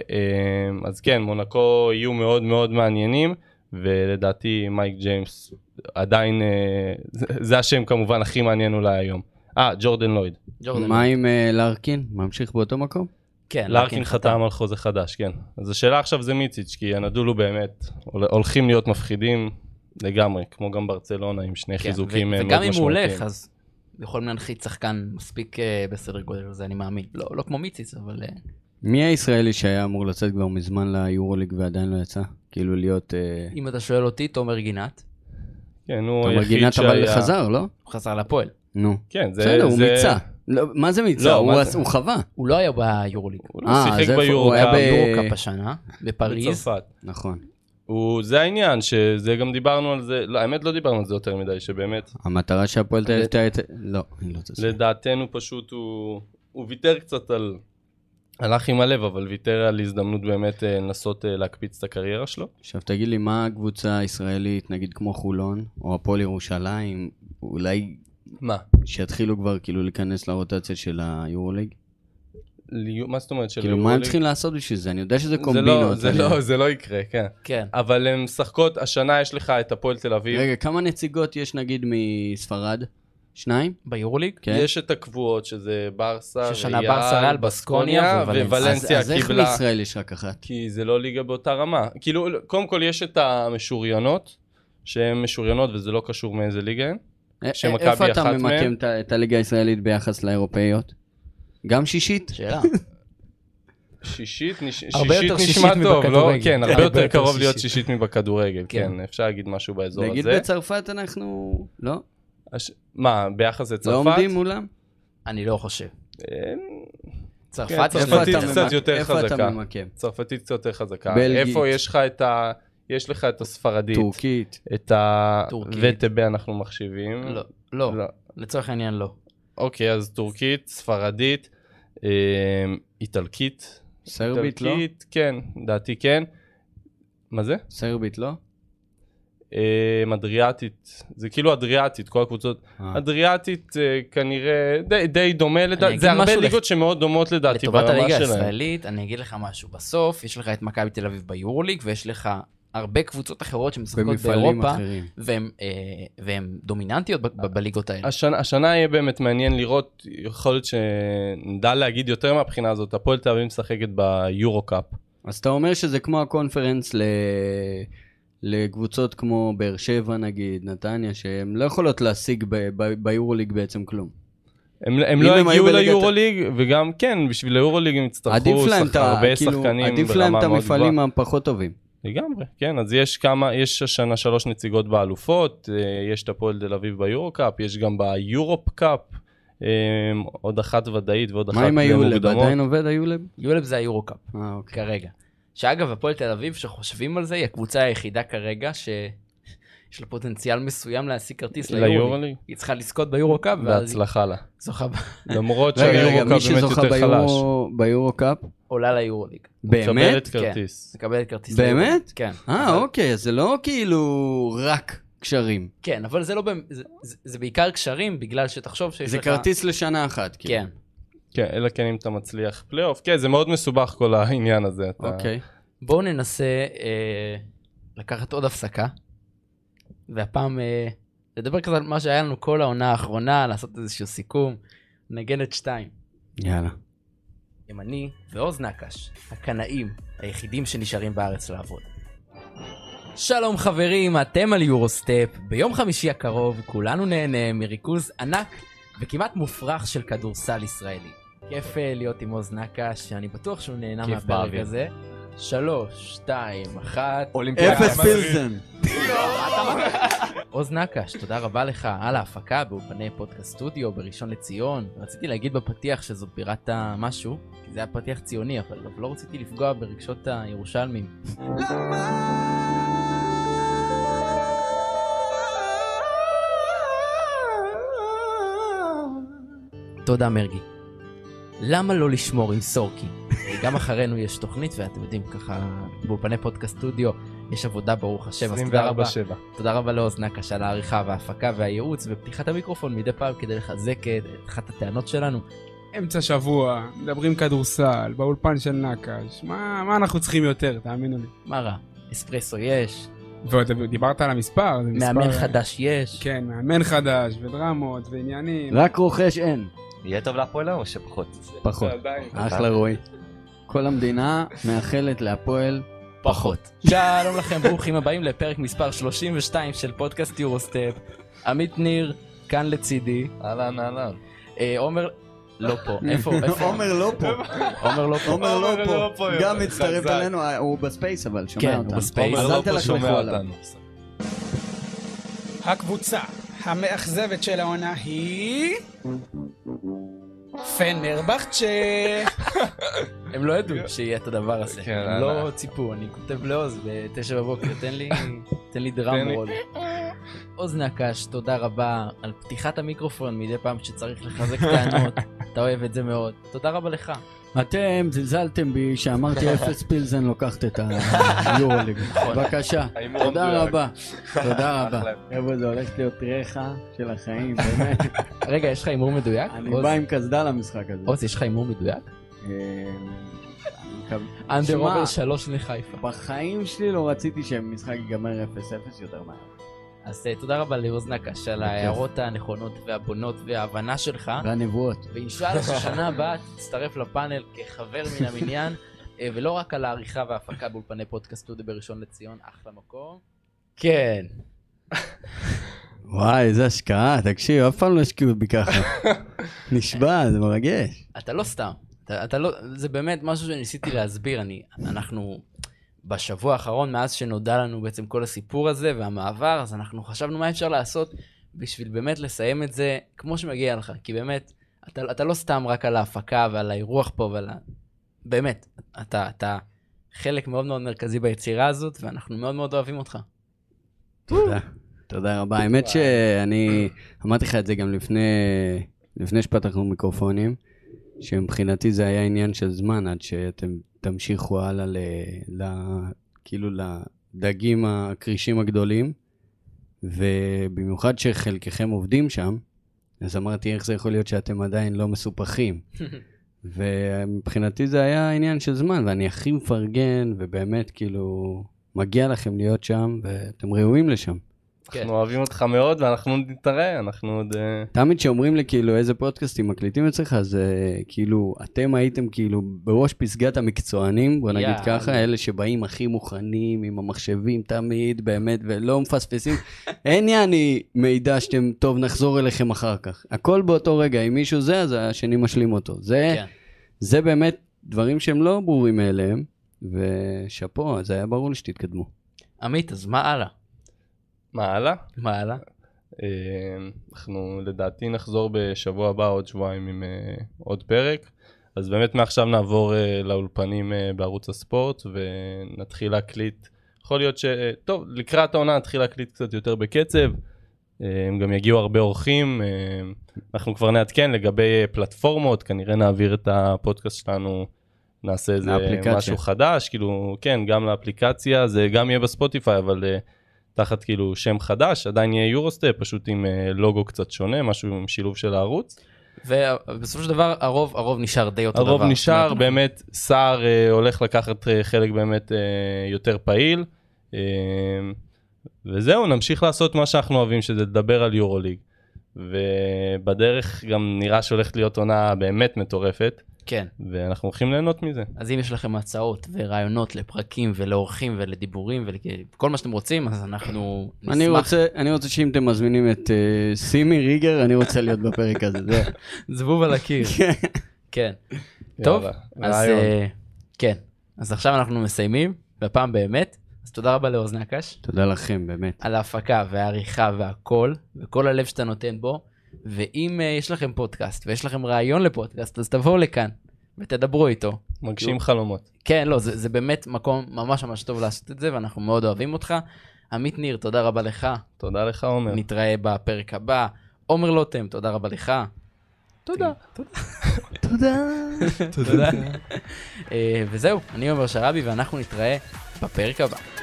[SPEAKER 2] אז כן, מונקו יהיו מאוד מאוד מעניינים, ולדעתי מייק ג'יימס עדיין, אה, זה- זה השם כמובן הכי מעניין אולי היום. אה, ג'ורדן לויד.
[SPEAKER 1] ג'ורדן.
[SPEAKER 3] מה עם אה, לארקין? ממשיך באותו מקום?
[SPEAKER 1] כן,
[SPEAKER 2] לארקין חתם על חוזה חדש, כן. אז השאלה עכשיו זה מיציץ', כי הנדולו באמת הול- הולכים להיות מפחידים לגמרי, כמו גם ברצלונה עם שני
[SPEAKER 1] כן,
[SPEAKER 2] חיזוקים
[SPEAKER 1] ו-
[SPEAKER 2] אה, מאוד
[SPEAKER 1] וגם אם
[SPEAKER 2] משמעותיים.
[SPEAKER 1] הוא הולך, אז יכולים להנחית שחקן מספיק אה, בסדר גודל הזה, אני מאמין. לא לא כמו מיציס, אבל... אה,
[SPEAKER 3] מי הישראלי שהיה אמור לצאת כבר מזמן ליורוליג ועדיין לא יצא? כאילו להיות... אה,
[SPEAKER 1] אם אתה שואל אותי, תומר גינת,
[SPEAKER 2] כן, הוא
[SPEAKER 3] תומר
[SPEAKER 2] היחיד
[SPEAKER 3] גינת אבל
[SPEAKER 2] שהיה...
[SPEAKER 3] חזר, לא?
[SPEAKER 1] הוא חזר לפועל.
[SPEAKER 3] נו.
[SPEAKER 2] כן, זה...
[SPEAKER 3] בסדר, הוא
[SPEAKER 2] זה-
[SPEAKER 3] מיצה. לא, מה זה מיצה?
[SPEAKER 2] לא,
[SPEAKER 3] הוא
[SPEAKER 2] מה
[SPEAKER 3] עש-
[SPEAKER 2] זה?
[SPEAKER 3] הוא חווה.
[SPEAKER 1] הוא לא היה ביורוליג.
[SPEAKER 2] הוא לא
[SPEAKER 3] אה, אז
[SPEAKER 2] שיחק
[SPEAKER 3] איפה- הוא
[SPEAKER 2] ביורו
[SPEAKER 3] היה
[SPEAKER 2] קאפ
[SPEAKER 3] ב-
[SPEAKER 1] ביורוקאפ השנה, בפריז.
[SPEAKER 2] בצרפת.
[SPEAKER 3] נכון.
[SPEAKER 2] הוא- זה העניין, שזה גם דיברנו על זה, לא, האמת לא דיברנו על זה יותר מדי, שבאמת,
[SPEAKER 3] המטרה שהפועל תל אביב תהיה... לא, אני לא תעשה.
[SPEAKER 2] לדעתנו פשוט הוא הוא ויתר קצת על... הלך עם הלב, אבל ויתר על הזדמנות באמת אה, לנסות אה, להקפיץ את הקריירה שלו.
[SPEAKER 3] עכשיו תגיד לי, מה הקבוצה הישראלית, נגיד כמו חולון, או הפועל ירושלים, אולי
[SPEAKER 2] מה?
[SPEAKER 3] שיתחילו כבר כאילו להיכנס לרוטציה של היורוליג?
[SPEAKER 2] ליו- מה זאת אומרת של
[SPEAKER 3] כאילו, מה הם
[SPEAKER 2] היורוליג?
[SPEAKER 3] צריכים לעשות בשביל זה? אני יודע שזה
[SPEAKER 2] זה לא-
[SPEAKER 3] קומבינות.
[SPEAKER 2] זה
[SPEAKER 3] אני-
[SPEAKER 2] לא- זה לא יקרה, כן.
[SPEAKER 1] כן.
[SPEAKER 2] אבל הן משחקות, השנה יש לך את הפועל תל אביב,
[SPEAKER 3] רגע, כמה נציגות יש נגיד מספרד? שניים?
[SPEAKER 1] ביורוליג?
[SPEAKER 3] כן.
[SPEAKER 2] יש את הקבועות, שזה ברסה,
[SPEAKER 1] שושנה,
[SPEAKER 2] ריאל,
[SPEAKER 1] ברסה, ריאל, בסקוניה ווולנסיה.
[SPEAKER 2] ווולנסיה
[SPEAKER 3] אז, אז איך
[SPEAKER 2] קיבלה,
[SPEAKER 3] בישראל יש רק אחת?
[SPEAKER 2] כי זה לא ליגה באותה רמה. כאילו, קודם כל יש את המשוריינות, שהן משוריינות וזה לא קשור מאיזה ליגה הן.
[SPEAKER 3] א-
[SPEAKER 2] שמכבי
[SPEAKER 3] אה, איפה אתה
[SPEAKER 2] אחת מהן?
[SPEAKER 3] ממקם את ה- את הליגה הישראלית ביחס לאירופאיות? גם שישית?
[SPEAKER 1] שאלה.
[SPEAKER 2] שישית, נש...
[SPEAKER 1] הרבה
[SPEAKER 2] שישית
[SPEAKER 1] יותר
[SPEAKER 2] נשמע
[SPEAKER 1] שישית
[SPEAKER 2] טוב, לא?
[SPEAKER 1] מבכדורגל.
[SPEAKER 2] כן, הרבה
[SPEAKER 1] הרבה
[SPEAKER 2] יותר
[SPEAKER 1] יותר
[SPEAKER 2] קרוב להיות
[SPEAKER 1] שישית.
[SPEAKER 2] שישית מבכדורגל,
[SPEAKER 1] כן.
[SPEAKER 2] כן, אפשר להגיד משהו באזור
[SPEAKER 3] נגיד
[SPEAKER 2] הזה.
[SPEAKER 3] בצרפת אנחנו... לא?
[SPEAKER 2] הש- מה, ביחס
[SPEAKER 3] לא
[SPEAKER 2] לצרפת?
[SPEAKER 3] עומדים מולם?
[SPEAKER 1] אני לא חושב.
[SPEAKER 2] אה,
[SPEAKER 1] צרפת
[SPEAKER 2] כן,
[SPEAKER 1] זה
[SPEAKER 2] צרפתית
[SPEAKER 1] יותר-
[SPEAKER 3] איפה אתה
[SPEAKER 2] קצת
[SPEAKER 3] ממק-
[SPEAKER 2] יותר
[SPEAKER 3] איפה
[SPEAKER 2] חזקה.
[SPEAKER 3] אתה ממקם?
[SPEAKER 2] צרפתית קצת יותר חזקה.
[SPEAKER 3] בלגית.
[SPEAKER 2] איפה יש לך את ה... יש לך את הספרדית.
[SPEAKER 3] טורקית.
[SPEAKER 2] את ה...
[SPEAKER 1] טורקית.
[SPEAKER 2] וטבה אנחנו מחשיבים.
[SPEAKER 1] לא, לא,
[SPEAKER 2] לא.
[SPEAKER 1] לצורך העניין לא.
[SPEAKER 2] אוקיי, אז טורקית, ספרדית, אה, איטלקית.
[SPEAKER 3] סרבית לא?
[SPEAKER 2] איטלקית, כן, לדעתי כן. מה זה?
[SPEAKER 3] סרבית לא?
[SPEAKER 2] אה, אדריאטית, זה כאילו אדריאטית, כל הקבוצות.
[SPEAKER 3] אה.
[SPEAKER 2] אדריאטית אה, כנראה די, די דומה לדעתי,
[SPEAKER 1] אגיד
[SPEAKER 2] זה הרבה
[SPEAKER 1] משהו
[SPEAKER 2] ליגות שמאוד דומות לדעתי
[SPEAKER 1] לטובת
[SPEAKER 2] ברמה
[SPEAKER 1] הליגה
[SPEAKER 2] אה, שלהם.
[SPEAKER 1] הישראלית, אני אגיד לך משהו. בסוף יש לך את מכבי תל אביב ביורוליג, ויש לך הרבה קבוצות אחרות שמשחקות
[SPEAKER 3] במפעלים
[SPEAKER 1] באירופה,
[SPEAKER 3] אחרים.
[SPEAKER 1] והן, אה, והן דומיננטיות ב- ב- בליגות האלה.
[SPEAKER 2] השנה, השנה יהיה באמת מעניין לראות, יכול להיות שנדע להגיד יותר מהבחינה הזאת, הפועל תל אביב משחקת ביורו קאפ.
[SPEAKER 3] אז אתה אומר שזה כמו הקונפרנס ל... לקבוצות כמו באר שבע נגיד, נתניה, שהן לא יכולות להשיג ב- ב- ביורוליג בעצם כלום.
[SPEAKER 2] הם, הם
[SPEAKER 3] אם
[SPEAKER 2] לא
[SPEAKER 3] הם היו
[SPEAKER 2] הגיעו
[SPEAKER 3] בליגת-
[SPEAKER 2] ליורו ליג, וגם כן, בשביל היורו ליג הם
[SPEAKER 3] עדיף
[SPEAKER 2] יצטרכו
[SPEAKER 3] להם
[SPEAKER 2] שח-
[SPEAKER 3] את ה-
[SPEAKER 2] הרבה
[SPEAKER 3] כאילו,
[SPEAKER 2] שחקנים
[SPEAKER 3] עדיף להם
[SPEAKER 2] ברמה
[SPEAKER 3] את
[SPEAKER 2] מאוד גבוהה.
[SPEAKER 3] המפעלים הפחות טובים.
[SPEAKER 2] לגמרי, כן, אז יש כמה, יש השנה שלוש נציגות באלופות, אה, יש את הפועל תל אביב ביורו קאפ, יש גם ביורופ קאפ, אה, עוד אחת ודאית ועוד אחת
[SPEAKER 3] מה עם היולב?
[SPEAKER 2] למוקדמות.
[SPEAKER 3] עדיין עובד היולב?
[SPEAKER 1] יולב זה היורוקאפ.
[SPEAKER 3] אה, אוקיי.
[SPEAKER 1] כרגע. שאגב, הפועל תל אביב, שחושבים על זה, היא הקבוצה היחידה כרגע שיש לה פוטנציאל מסוים להשיג כרטיס ליורו.
[SPEAKER 2] ליורוליג,
[SPEAKER 1] היא צריכה לזכות ביורו קאפ, ואז היא
[SPEAKER 2] בהצלחה לה.
[SPEAKER 1] זוכה, ב-
[SPEAKER 2] למרות
[SPEAKER 3] רגע, רגע,
[SPEAKER 2] שהיורו
[SPEAKER 3] מי
[SPEAKER 2] קאפ באמת
[SPEAKER 3] שזוכה
[SPEAKER 2] יותר חלש.
[SPEAKER 3] ביורו- ביורו קאפ?
[SPEAKER 1] עולה ליורו ליג.
[SPEAKER 3] באמת?
[SPEAKER 2] מקבלת כרטיס.
[SPEAKER 1] מקבלת כרטיס
[SPEAKER 3] באמת?
[SPEAKER 1] כן.
[SPEAKER 3] אה,
[SPEAKER 1] אבל-
[SPEAKER 3] אוקיי, אז זה לא כאילו רק קשרים.
[SPEAKER 1] כן, אבל זה לא באמת, זה- זה- זה בעיקר קשרים, בגלל שתחשוב שיש לך...
[SPEAKER 3] זה כרטיס לשנה אחת. כאילו.
[SPEAKER 1] כן.
[SPEAKER 2] כן, אלא כן אם אתה מצליח פלייאוף. כן, זה מאוד מסובך כל העניין הזה. אתה-
[SPEAKER 3] אוקיי.
[SPEAKER 1] בואו ננסה אה, לקחת עוד הפסקה, והפעם אה, לדבר כזה על מה שהיה לנו כל העונה האחרונה, לעשות איזשהו סיכום. נגן את שתיים.
[SPEAKER 3] יאללה.
[SPEAKER 1] ימני ועוז נקש, הקנאים, היחידים שנשארים בארץ לעבוד. שלום חברים, אתם על יורוסטפ. ביום חמישי הקרוב כולנו נהנה מריכוז ענק וכמעט מופרך של כדורסל ישראלי. כיף אה, להיות עם עוז נקש, שאני בטוח שהוא נהנה
[SPEAKER 2] כיף
[SPEAKER 1] מהפרק
[SPEAKER 2] באוויר.
[SPEAKER 1] הזה. שלוש, שתיים, אחת.
[SPEAKER 3] אפס פילסן.
[SPEAKER 1] עוז נקש, תודה רבה לך על ההפקה באולפני פודקאסט סטודיו בראשון לציון. רציתי להגיד בפתיח שזו בירת המשהו, כי זה היה פתיח ציוני, אבל אבל לא רציתי לפגוע ברגשות הירושלמים. תודה מרגי. למה לא לשמור עם סורקי? גם אחרינו יש תוכנית, ואתם יודעים, ככה, באולפני פודקאסט סטודיו יש עבודה, ברוך השם, אז תודה רבה.
[SPEAKER 2] 24/7.
[SPEAKER 1] תודה רבה לאוזנה קשה על העריכה וההפקה והייעוץ ופתיחת המיקרופון מדי פעם כדי לחזק את את אחת הטענות שלנו.
[SPEAKER 5] אמצע שבוע, מדברים כדורסל, באולפן של נקש, מה, מה אנחנו צריכים יותר, תאמינו לי.
[SPEAKER 1] מה רע? אספרסו יש,
[SPEAKER 5] ועוד דיברת על המספר, זה מספר...
[SPEAKER 1] מאמן חדש יש.
[SPEAKER 5] כן, מאמן חדש, ודרמות, ועניינים.
[SPEAKER 3] רק רוכש אין.
[SPEAKER 6] יהיה טוב להפועל או שפחות?
[SPEAKER 3] פחות.
[SPEAKER 5] עדיין.
[SPEAKER 3] אחלה רועי. כל המדינה מאחלת להפועל
[SPEAKER 1] פחות. שלום לכם, ברוכים הבאים לפרק מספר 32 של פודקאסט יורוסטפ. עמית ניר, כאן לצידי.
[SPEAKER 6] אהלן, אהלן.
[SPEAKER 1] אה, עומר, לא פה, איפה, איפה?
[SPEAKER 3] לא פה,
[SPEAKER 1] עומר לא פה.
[SPEAKER 3] עומר
[SPEAKER 2] עומר לא פה, יורד, חזק.
[SPEAKER 3] אה, הוא בספייס אבל,
[SPEAKER 1] כן, הוא בספייס.
[SPEAKER 3] אז
[SPEAKER 2] עומר
[SPEAKER 3] אל
[SPEAKER 2] לא פה
[SPEAKER 3] תלכלכו
[SPEAKER 2] שומע
[SPEAKER 3] עליו.
[SPEAKER 2] אותנו.
[SPEAKER 5] הקבוצה המאכזבת של העונה היא...
[SPEAKER 1] Mm.
[SPEAKER 5] פנרבחצ'ה.
[SPEAKER 1] הם לא ידעו שיהיה את הדבר הזה.
[SPEAKER 2] כן,
[SPEAKER 1] הם
[SPEAKER 2] אה,
[SPEAKER 1] לא ציפו, אני כותב לעוז ב-9 בבוקר, תן
[SPEAKER 2] (laughs)
[SPEAKER 1] לי, תן לי דראם
[SPEAKER 2] תן לי.
[SPEAKER 1] רול. עוז נקש, תודה רבה על פתיחת המיקרופון מדי פעם שצריך לחזק
[SPEAKER 2] (laughs)
[SPEAKER 1] טענות. אתה אוהב את זה מאוד. תודה רבה לך.
[SPEAKER 3] אתם זלזלתם
[SPEAKER 2] (laughs)
[SPEAKER 3] בי שאמרתי אפס פילזן לוקחת את היורוליג. בבקשה,
[SPEAKER 2] ההימור
[SPEAKER 3] תודה
[SPEAKER 2] המדויק.
[SPEAKER 3] רבה, תודה רבה.
[SPEAKER 2] נכון. אחלה.
[SPEAKER 3] חבר'ה, זה הולך להיות ריחה של (laughs) החיים, באמת.
[SPEAKER 1] רגע, יש לך הימור מדויק?
[SPEAKER 3] אני
[SPEAKER 1] עוז-
[SPEAKER 3] בא עם קסדה למשחק הזה.
[SPEAKER 1] עוז, יש לך הימור מדויק?
[SPEAKER 3] אה, אני מקו-
[SPEAKER 1] אנדר
[SPEAKER 3] שמע.
[SPEAKER 1] אובר 3 לחיפה.
[SPEAKER 3] בחיים שלי לא רציתי שהמשחק ייגמר 0-0 יותר מהר.
[SPEAKER 1] אז אה, תודה רבה לעוז נקש על
[SPEAKER 3] בכיף.
[SPEAKER 1] ההערות הנכונות והבונות וההבנה שלך.
[SPEAKER 3] והנבואות.
[SPEAKER 1] ואינשאללה ששנה הבאה תצטרף לפאנל כחבר מן המניין, אה, ולא רק על העריכה וההפקה באולפני פודקאסט סטודיו בראשון לציון, אחלה מקום. כן.
[SPEAKER 3] וואי, איזה השקעה, תקשיב, אף פעם לא השקיעו בי ככה.
[SPEAKER 2] (laughs)
[SPEAKER 3] נשבע, זה מרגש.
[SPEAKER 1] אתה לא סתם. אתה, אתה לא, זה באמת משהו שניסיתי להסביר. אני, אנחנו בשבוע האחרון, מאז שנודע לנו בעצם כל הסיפור הזה והמעבר, אז אנחנו חשבנו מה אפשר לעשות בשביל באמת לסיים את זה כמו שמגיע לך. כי באמת, אתה, אתה לא סתם רק על ההפקה ועל האירוח פה ועל ה... באמת, אתה, אתה חלק מאוד מאוד מרכזי ביצירה הזאת, ואנחנו מאוד מאוד אוהבים אותך.
[SPEAKER 3] תודה. תודה רבה. האמת שאני אמרתי לך את זה גם לפני, לפני שפתחנו מיקרופונים, שמבחינתי זה היה עניין של זמן עד שאתם תמשיכו הלאה ל... ל... כאילו לדגים הכרישים הגדולים, ובמיוחד שחלקכם עובדים שם, אז אמרתי, איך זה יכול להיות שאתם עדיין לא מסופחים?
[SPEAKER 1] כן.
[SPEAKER 3] ומבחינתי זה היה עניין של זמן, ואני הכי מפרגן, ובאמת, כאילו, מגיע לכם להיות שם, ואתם ראויים לשם.
[SPEAKER 1] כן.
[SPEAKER 2] אנחנו אוהבים אותך מאוד ואנחנו עוד נתראה, אנחנו עוד... אה,
[SPEAKER 3] תמיד כשאומרים לי כאילו איזה פודקאסטים מקליטים אצלך, אז אה, כאילו אתם הייתם כאילו בראש פסגת המקצוענים, בוא נגיד
[SPEAKER 1] יאללה.
[SPEAKER 3] ככה, אלה שבאים הכי מוכנים עם המחשבים תמיד, באמת, ולא מפספסים. (laughs) אין יעני מידע שאתם, טוב, נחזור אליכם אחר כך. הכל באותו רגע, אם מישהו זה, אז השני משלים אותו. זה,
[SPEAKER 1] כן.
[SPEAKER 3] זה באמת דברים שהם לא ברורים מאליהם, ושאפו, אז היה ברור לי שתתקדמו.
[SPEAKER 1] עמית, אז מה הלאה?
[SPEAKER 2] מה הלאה?
[SPEAKER 1] מה הלאה?
[SPEAKER 2] אה, אנחנו לדעתי נחזור בשבוע הבא עוד שבועיים עם אה, עוד פרק. אז באמת מעכשיו נעבור אה, לאולפנים אה, בערוץ הספורט ונתחיל להקליט. יכול להיות ש... אה, טוב, לקראת העונה נתחיל להקליט קצת יותר בקצב. אה, הם גם יגיעו הרבה אורחים. אה, אנחנו כבר נעדכן לגבי אה, פלטפורמות, כנראה נעביר את הפודקאסט שלנו, נעשה איזה
[SPEAKER 3] לאפליקציה.
[SPEAKER 2] משהו חדש, כאילו, כן, גם לאפליקציה, זה גם יהיה בספוטיפיי, אבל אה, תחת כאילו שם חדש, עדיין יהיה יורוסטפ, פשוט עם אה, לוגו קצת שונה, משהו עם שילוב של הערוץ.
[SPEAKER 1] ובסופו של דבר הרוב הרוב נשאר די אותו דבר.
[SPEAKER 2] הרוב נשאר,
[SPEAKER 1] זאת אומרת,
[SPEAKER 2] באמת סער אה, הולך לקחת אה, חלק באמת אה, יותר פעיל. אה, וזהו, נמשיך לעשות מה שאנחנו אוהבים, שזה לדבר על יורוליג. ובדרך גם נראה שהולכת להיות עונה באמת מטורפת,
[SPEAKER 1] כן.
[SPEAKER 2] ואנחנו הולכים ליהנות מזה.
[SPEAKER 1] אז אם יש לכם הצעות ורעיונות לפרקים ולאורחים ולדיבורים ולכל מה שאתם רוצים, אז אנחנו נשמח.
[SPEAKER 3] אני רוצה, אני רוצה שאם אתם מזמינים את אה, סימי ריגר, אני רוצה להיות בפרק הזה. זה...
[SPEAKER 1] זבוב על
[SPEAKER 3] (laughs)
[SPEAKER 1] הקיר. (laughs) כן. טוב,
[SPEAKER 2] יאללה,
[SPEAKER 1] אז
[SPEAKER 2] רעיון.
[SPEAKER 1] אה, כן. אז עכשיו אנחנו מסיימים, והפעם באמת. אז תודה רבה לאוזני הקש.
[SPEAKER 3] תודה לכם, באמת.
[SPEAKER 1] על ההפקה והעריכה והכל, וכל הלב שאתה נותן בו. ואם uh, יש לכם פודקאסט ויש לכם רעיון לפודקאסט, אז תבואו לכאן ותדברו איתו.
[SPEAKER 2] מגשים חלומות.
[SPEAKER 1] כן, לא, זה, זה באמת מקום ממש ממש טוב לעשות את זה, ואנחנו מאוד אוהבים אותך. עמית ניר, תודה רבה לך.
[SPEAKER 2] תודה לך עומר.
[SPEAKER 1] נתראה בפרק הבא. עומר לוטם, תודה רבה לך. תודה.
[SPEAKER 3] תודה.
[SPEAKER 1] (laughs) תודה. אה, וזהו, אני עומר שרבי, ואנחנו נתראה בפרק הבא.